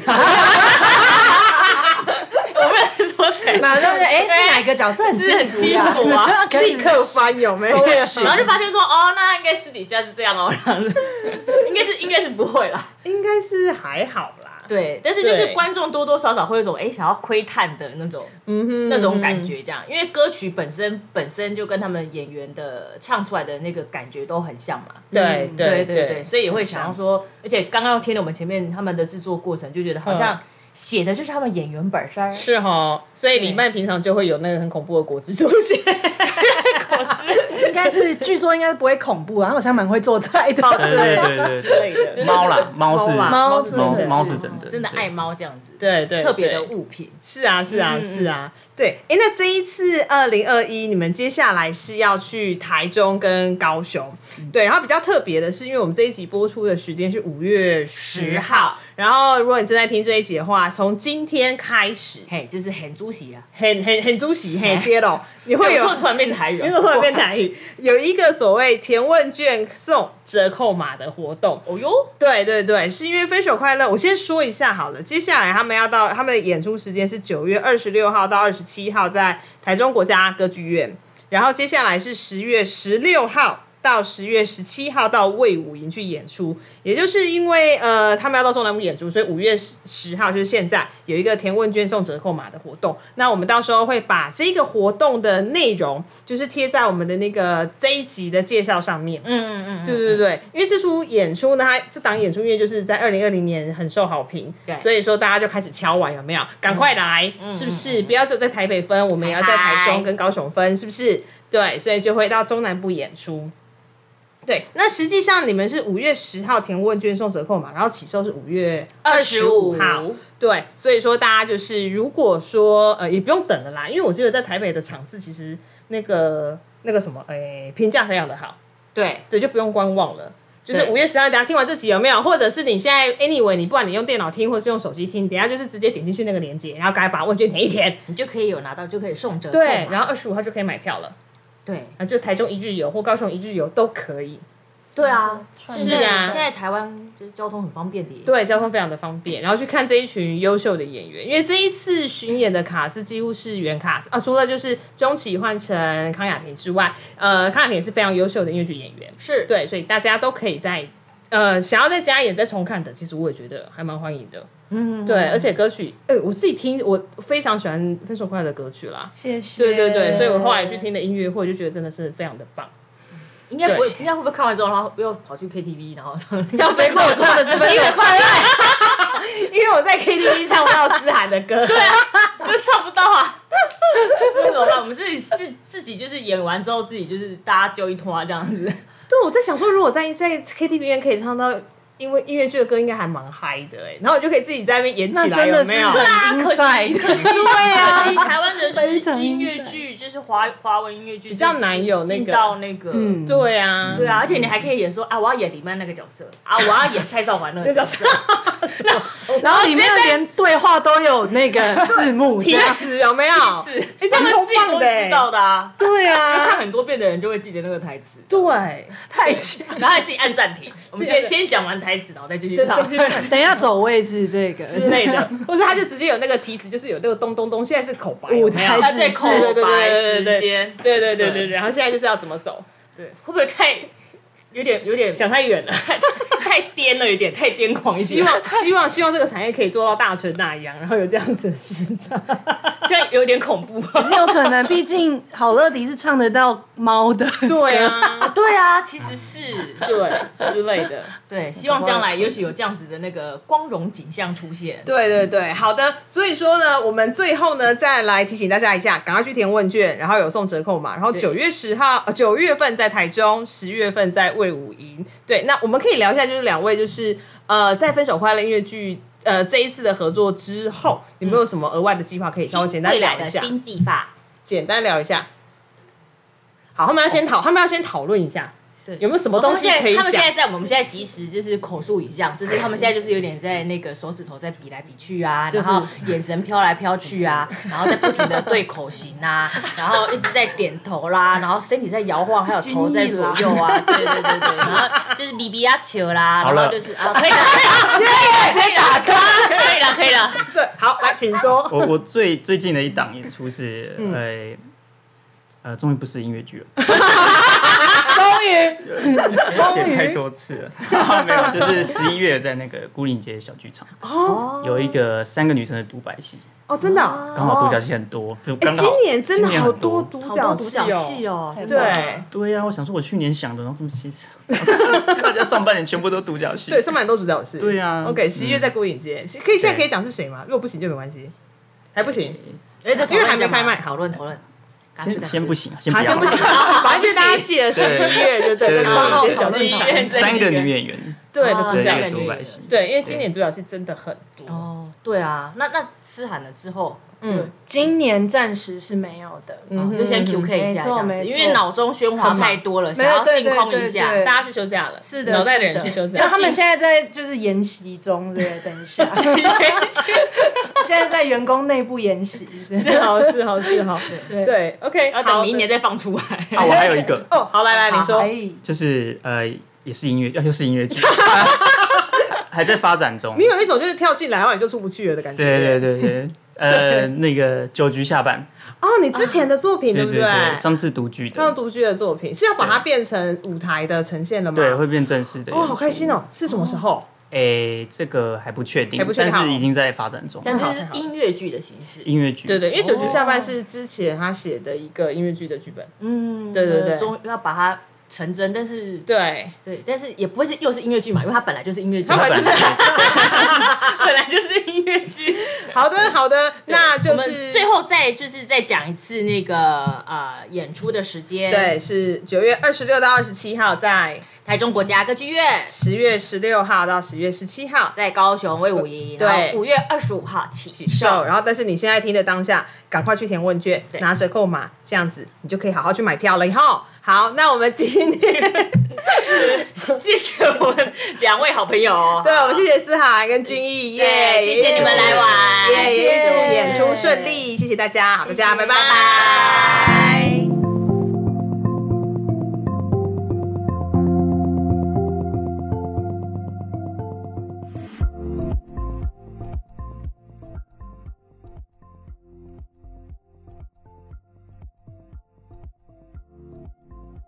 Speaker 5: 不能说谁，
Speaker 4: 马上就哎，是哪个角色很
Speaker 5: 是很
Speaker 4: 幸
Speaker 5: 轻
Speaker 4: 呀？
Speaker 5: 浮啊。
Speaker 1: 立刻翻有没有？
Speaker 5: 然后就发现说，哦，那应该私底下是这样哦，然后应该是应该是不会啦。
Speaker 1: 应该是还好啦，
Speaker 5: 对，但是就是
Speaker 1: 对
Speaker 5: 观众多多少少会有一种哎、诶想要窥探的那种、
Speaker 1: 嗯哼，
Speaker 5: 那种感觉，这样，因为歌曲本身本身就跟他们演员的唱出来的那个感觉都很像嘛。
Speaker 1: 对
Speaker 4: 嗯
Speaker 1: 对
Speaker 5: 对
Speaker 1: 对，
Speaker 5: 所以也会想要说，而且刚刚听了我们前面他们的制作过程，就觉得好像写的就是他们演员本身。
Speaker 1: 嗯是啊哈，所以李曼平常就会有那个很恐怖的果汁出现，
Speaker 4: 应该是，据说应该不会恐怖啊，他好像蛮会做菜
Speaker 1: 哦
Speaker 4: 的。
Speaker 3: 对对对对
Speaker 1: 之类的，啊
Speaker 3: 猫啦，猫是
Speaker 1: 啦
Speaker 3: 猫
Speaker 4: 猫
Speaker 1: 真
Speaker 4: 真的
Speaker 1: 的
Speaker 4: 是
Speaker 3: 猫是真的，
Speaker 5: 真的
Speaker 3: 对
Speaker 5: 爱猫这样子，
Speaker 1: 对对，
Speaker 5: 特别的
Speaker 1: 对
Speaker 5: 物品，
Speaker 1: 是啊，是啊，是啊，对。哎，那这一次二零二一，你们接下来是要去台中跟高雄，对。然后比较特别的是，因为我们这一集播出的时间是五月十
Speaker 5: 10
Speaker 1: 号
Speaker 5: 号，
Speaker 1: 然后如果你正在听这一集的话，从今天开始，
Speaker 5: 嘿，就是很猪喜啊。
Speaker 1: 很很很猪喜嘿，跌咯，你会
Speaker 5: 对，
Speaker 1: 有
Speaker 5: 我突 然突然变台语啊，
Speaker 1: 因为会变台语，有一个所谓填问卷送折扣码的活动。
Speaker 5: 哦哟，
Speaker 1: 对对对，是因为《分手快乐》，我先说一下好了。接下来他们要到他们的演出时间是九月二十六号到二十七号，在台中国家歌剧院。然后接下来是十月十六号到十月十七号到魏武营去演出。也就是因为呃，他们要到中南部演出，所以五月十号就是现在有一个填问卷送折扣码的活动。那我们到时候会把这个活动的内容，就是贴在我们的那个这一集的介绍上面。
Speaker 5: 嗯嗯嗯，
Speaker 1: 对对对，因为这出演出呢，它这档演出因为就是在二零二零年很受好评，
Speaker 5: 对嗯
Speaker 1: 所以说大家就开始敲碗，有没有？赶快来，是不是？不要只有在台北分，我们也要在台中跟高雄分，是不是？对，所以就会到中南部演出。对，那实际上你们是五月十号填问卷送折扣嘛，然后起售是五月
Speaker 5: 25
Speaker 1: 号，对，所以说大家就是如果说呃也不用等了啦，因为我觉得在台北的场次其实那个那个什么，哎，评价非常的好，
Speaker 5: 对，
Speaker 1: 对，就不用观望了。就是
Speaker 5: 对
Speaker 1: 五月十二，大家听完这集有没有？或者是你现在 anyway，你不管你用电脑听或者是用手机听，等一下就是直接点进去那个链接，然后赶快把问卷填一填。
Speaker 5: 你就可以有拿到，就可以送折扣 嘛。
Speaker 1: 对，然后二十五号就可以买票了。
Speaker 5: 对
Speaker 1: 啊，就台中一日游或高雄一日游都可以。
Speaker 5: 对啊，
Speaker 1: 是啊
Speaker 5: 现在台湾就是交通很方便的耶。
Speaker 1: 对，交通非常的方便。然后去看这一群优秀的演员，因为这一次巡演的卡司几乎是原卡司啊，除了就是钟启换成康雅婷之外，呃，康雅婷也是非常优秀的音乐剧演员。
Speaker 5: 是
Speaker 1: 对，所以大家都可以在呃想要在家演再重看的，其实我也觉得还蛮欢迎的。嗯，对，而且歌曲，哎、我自己听，我非常喜欢《分手快乐》的歌曲啦。
Speaker 4: 谢谢。
Speaker 1: 对对对，所以我后来去听的音乐会，就觉得真的是非常的棒。
Speaker 5: 应该不会
Speaker 1: 对，
Speaker 5: 应该会不会看完之后，然后又跑去 KTV，然后 这
Speaker 1: 样结果我唱的是分手
Speaker 5: 快乐，
Speaker 1: 因为我在 KTV 唱不到思涵的歌，对、
Speaker 5: 就唱不到 啊。那怎么办？我们自己自自己就是演完之后，啊自己就是大家揪一拖这样子。
Speaker 1: 对，我在想说，如果在在 KTV 可以唱到因为音乐剧的歌应该还蛮嗨的哎、然后你就可以自己在那边演起
Speaker 4: 那
Speaker 1: 来，
Speaker 4: 真
Speaker 1: 有
Speaker 4: 的是
Speaker 1: 没有？
Speaker 4: 很
Speaker 5: 可
Speaker 4: inside
Speaker 5: 惜，可惜，
Speaker 1: 对啊
Speaker 5: 可惜台湾的
Speaker 4: 非常
Speaker 5: 音乐剧就是华华文音乐剧比
Speaker 1: 较难有那个
Speaker 5: 到那个，
Speaker 4: 嗯
Speaker 1: 对啊，
Speaker 5: 对啊，而且你还可以演说啊，我要演李曼那个角色啊，我要演蔡少华那个角色，
Speaker 4: 然后里面连对话都有那个字幕，这
Speaker 1: 提
Speaker 4: 样
Speaker 1: 词有没有？
Speaker 5: 是，
Speaker 1: 哎、 这
Speaker 5: 他
Speaker 1: 样
Speaker 5: 们
Speaker 1: 超
Speaker 5: 自己都
Speaker 1: 棒的、
Speaker 5: 会知道
Speaker 1: 欸，
Speaker 5: 的啊。
Speaker 1: 对啊
Speaker 5: 看，很多遍的人就会记得那个台词，
Speaker 1: 对，
Speaker 4: 太强。
Speaker 5: 然后还自己按暂停。我们先
Speaker 1: 自己
Speaker 5: 先讲完台词，然后再继续
Speaker 1: 这
Speaker 5: 唱
Speaker 1: 这。 就是
Speaker 4: 等一下走位是这个
Speaker 1: 之类的，或者他就直接有那个提词，就是有那个咚咚咚，现在是口白，
Speaker 4: 舞台
Speaker 1: 有没有
Speaker 5: 啊，对，口
Speaker 1: 对对对
Speaker 5: 白
Speaker 1: 对对
Speaker 5: 时
Speaker 1: 对
Speaker 5: 间，
Speaker 1: 对对对对
Speaker 5: 对
Speaker 1: 对，然后现在就是要怎么走，
Speaker 5: 对，会不会太有点有点
Speaker 1: 想太远了。
Speaker 5: 太太颠了，有点太癫狂一
Speaker 1: 希
Speaker 5: 点，
Speaker 1: 望希望希望这个产业可以做到大成那样，然后有这样子的市场。
Speaker 5: 这样有点恐怖。
Speaker 4: 很有可能，毕竟好乐迪是唱得到猫的。
Speaker 1: 对啊，
Speaker 5: 对啊，其实 是
Speaker 1: 对之类的，
Speaker 5: 对，希望将来也许有这样子的那个光荣景象出现。
Speaker 1: 对对对，好的。所以说呢，我们最后呢再来提醒大家一下，赶快去填问卷，然后有送折扣嘛。然后
Speaker 5: 对
Speaker 1: 九月十号，呃九、月份在台中，十月份在魏武营。对，那我们可以聊一下，就是两位就是呃，在《分手快乐》音乐剧呃这一次的合作之后，有没有什么额外的计划可以稍微简单
Speaker 5: 嗯未来
Speaker 1: 聊
Speaker 5: 的
Speaker 1: 一下？
Speaker 5: 新计划，
Speaker 1: 简单聊一下。好，他们要先讨，他们要先讨论一下，
Speaker 5: 对，
Speaker 1: 有没有什么东西可以
Speaker 5: 哦他们现在他们现
Speaker 1: 讲？
Speaker 5: 在在我们现在及时就是口述影像，就是他们现在就是有点在那个手指头在比来比去啊，
Speaker 1: 就是
Speaker 5: 然后眼神飘来飘去啊，然后在不停的对口型啊，然后一直在点头啦，然后身体在摇晃，还有头在左右啊，对对对对，然后就是比比啊球啦，
Speaker 3: 好了
Speaker 5: 然后就是啊，可以了，可以了，可以打歌，可以了，可以了，
Speaker 1: 对，好，来，请说。
Speaker 3: 我我最最近的一档演出是，
Speaker 1: 嗯
Speaker 3: 呃，呃，终于不是音乐剧了，
Speaker 4: 终于，
Speaker 3: 写太多次了， 没有，就是十一月在那个孤岭街小剧场
Speaker 1: 哦
Speaker 3: 有一个三个女生的独白戏，
Speaker 1: 哦，真的哦、哎
Speaker 3: 刚好独角戏很多，就刚好
Speaker 1: 今年真的
Speaker 3: 今年
Speaker 1: 好
Speaker 3: 很
Speaker 1: 多
Speaker 3: 多
Speaker 1: 独
Speaker 5: 好
Speaker 1: 角
Speaker 5: 多独角戏
Speaker 1: 哦，
Speaker 5: 哦，
Speaker 1: 对
Speaker 3: 对呀、啊，我想说我去年想的，然后这么稀奇， 大家上半年全部都独角戏，
Speaker 1: 对，是蛮多独角戏。
Speaker 3: 对啊
Speaker 1: OK，
Speaker 3: 嗯
Speaker 1: 十一月在孤影街，可以现在可以讲是谁吗？如果不行就没关系，还不行，
Speaker 5: 哎，这讨论
Speaker 1: 因
Speaker 5: 一下嘛
Speaker 1: 为还没开麦
Speaker 5: 讨论讨论，
Speaker 3: 先先不行啊，先不
Speaker 1: 好
Speaker 3: 要
Speaker 1: 像不行，反正就是大家记得十一月就对，
Speaker 3: 对
Speaker 1: 在孤影街小
Speaker 5: 对
Speaker 1: 剧
Speaker 5: 对
Speaker 1: 场
Speaker 5: 对对
Speaker 3: 三个女演员
Speaker 1: 对啊的
Speaker 5: 哦
Speaker 1: 独
Speaker 3: 对
Speaker 1: 角
Speaker 5: 三
Speaker 3: 那个
Speaker 5: 个
Speaker 1: 戏
Speaker 5: 女，
Speaker 3: 独白
Speaker 5: 演
Speaker 3: 戏，
Speaker 1: 对，因为今年独角戏真的很多，
Speaker 5: 哦，对啊，那那吃喊了之后，嗯，
Speaker 4: 今年暂时是没有的。
Speaker 1: 嗯
Speaker 5: 就先 QK 一
Speaker 4: 没
Speaker 5: 下
Speaker 4: 错
Speaker 5: 这样
Speaker 4: 没
Speaker 5: 子，
Speaker 4: 错
Speaker 5: 因为脑中喧哗太多了，
Speaker 4: 没
Speaker 5: 想
Speaker 4: 有
Speaker 5: 要
Speaker 4: 对
Speaker 5: 净空一
Speaker 4: 对对
Speaker 5: 下
Speaker 4: 对。
Speaker 1: 大家去休假了，
Speaker 4: 是的，
Speaker 1: 脑袋的
Speaker 4: 是
Speaker 1: 人去休
Speaker 4: 那
Speaker 1: 假
Speaker 4: 他。们现在在就是研习中，对不对？等 一下， 现在在员工内部研习。
Speaker 1: 是好是好是好，
Speaker 4: 对
Speaker 1: 对，OK，
Speaker 5: 要
Speaker 1: 好
Speaker 5: 等明年
Speaker 1: 的
Speaker 5: 再放出来。
Speaker 3: 啊，我还有一个
Speaker 1: 哦，好来来，你说
Speaker 4: 可，以，
Speaker 3: 就是呃，也是音乐， 又是音乐剧，还在发展中
Speaker 1: 你，有一种就是跳进来，然后你就出不去了的感觉。
Speaker 3: 对对 对对，呃，那个酒局下半，
Speaker 1: 哦，你之前的作品对不
Speaker 3: 对对，上次独剧
Speaker 1: 看到
Speaker 3: 的，
Speaker 1: 独居的作品是要把它变成舞台的呈现了吗？
Speaker 3: 对，会变正式的，
Speaker 1: 哦，好开心！哦！是什么时候？
Speaker 3: 哎，这个还不确定
Speaker 1: 还不，确定
Speaker 3: 但
Speaker 1: 好
Speaker 3: 是已经在发展中，
Speaker 5: 但就是音乐剧的形式，
Speaker 3: 音乐剧，
Speaker 1: 对对，因为《九局下
Speaker 5: 哦
Speaker 1: 半》是之前他写的一个音乐剧的剧本，
Speaker 5: 嗯，
Speaker 1: 对对对
Speaker 5: 终于要把它成真，但是
Speaker 1: 对，
Speaker 5: 对，但是也不会是又是音乐剧嘛，因为它本来就是音乐剧，
Speaker 1: 它
Speaker 5: 它
Speaker 1: 本来
Speaker 5: 本
Speaker 1: 就是
Speaker 5: 来就是音乐剧。
Speaker 1: 好的好的， 那就
Speaker 5: 我
Speaker 1: 是
Speaker 5: 们最后再就是再讲一次那个呃演出的时间，，
Speaker 1: 对，是九月二十六到二十七号，在
Speaker 5: 台中国家歌剧院。
Speaker 1: 十月十六号到十月十七号
Speaker 5: 在高雄威武营，
Speaker 1: 对
Speaker 5: 然后五月二十五号起
Speaker 1: 起售。然后，但是你现在听的当下，赶快去填问卷，
Speaker 5: 对
Speaker 1: 拿折扣码，这样子你就可以好好去买票了。以后好，那我们今天。
Speaker 5: 谢谢我们两位好朋友哦，
Speaker 1: 对，我们谢谢思涵跟君毅，耶、
Speaker 5: 对谢谢你们来玩
Speaker 1: 耶，
Speaker 5: 谢
Speaker 1: 也
Speaker 5: 谢
Speaker 1: 祝演出顺利，谢谢大家，好，大家拜拜
Speaker 5: 拜拜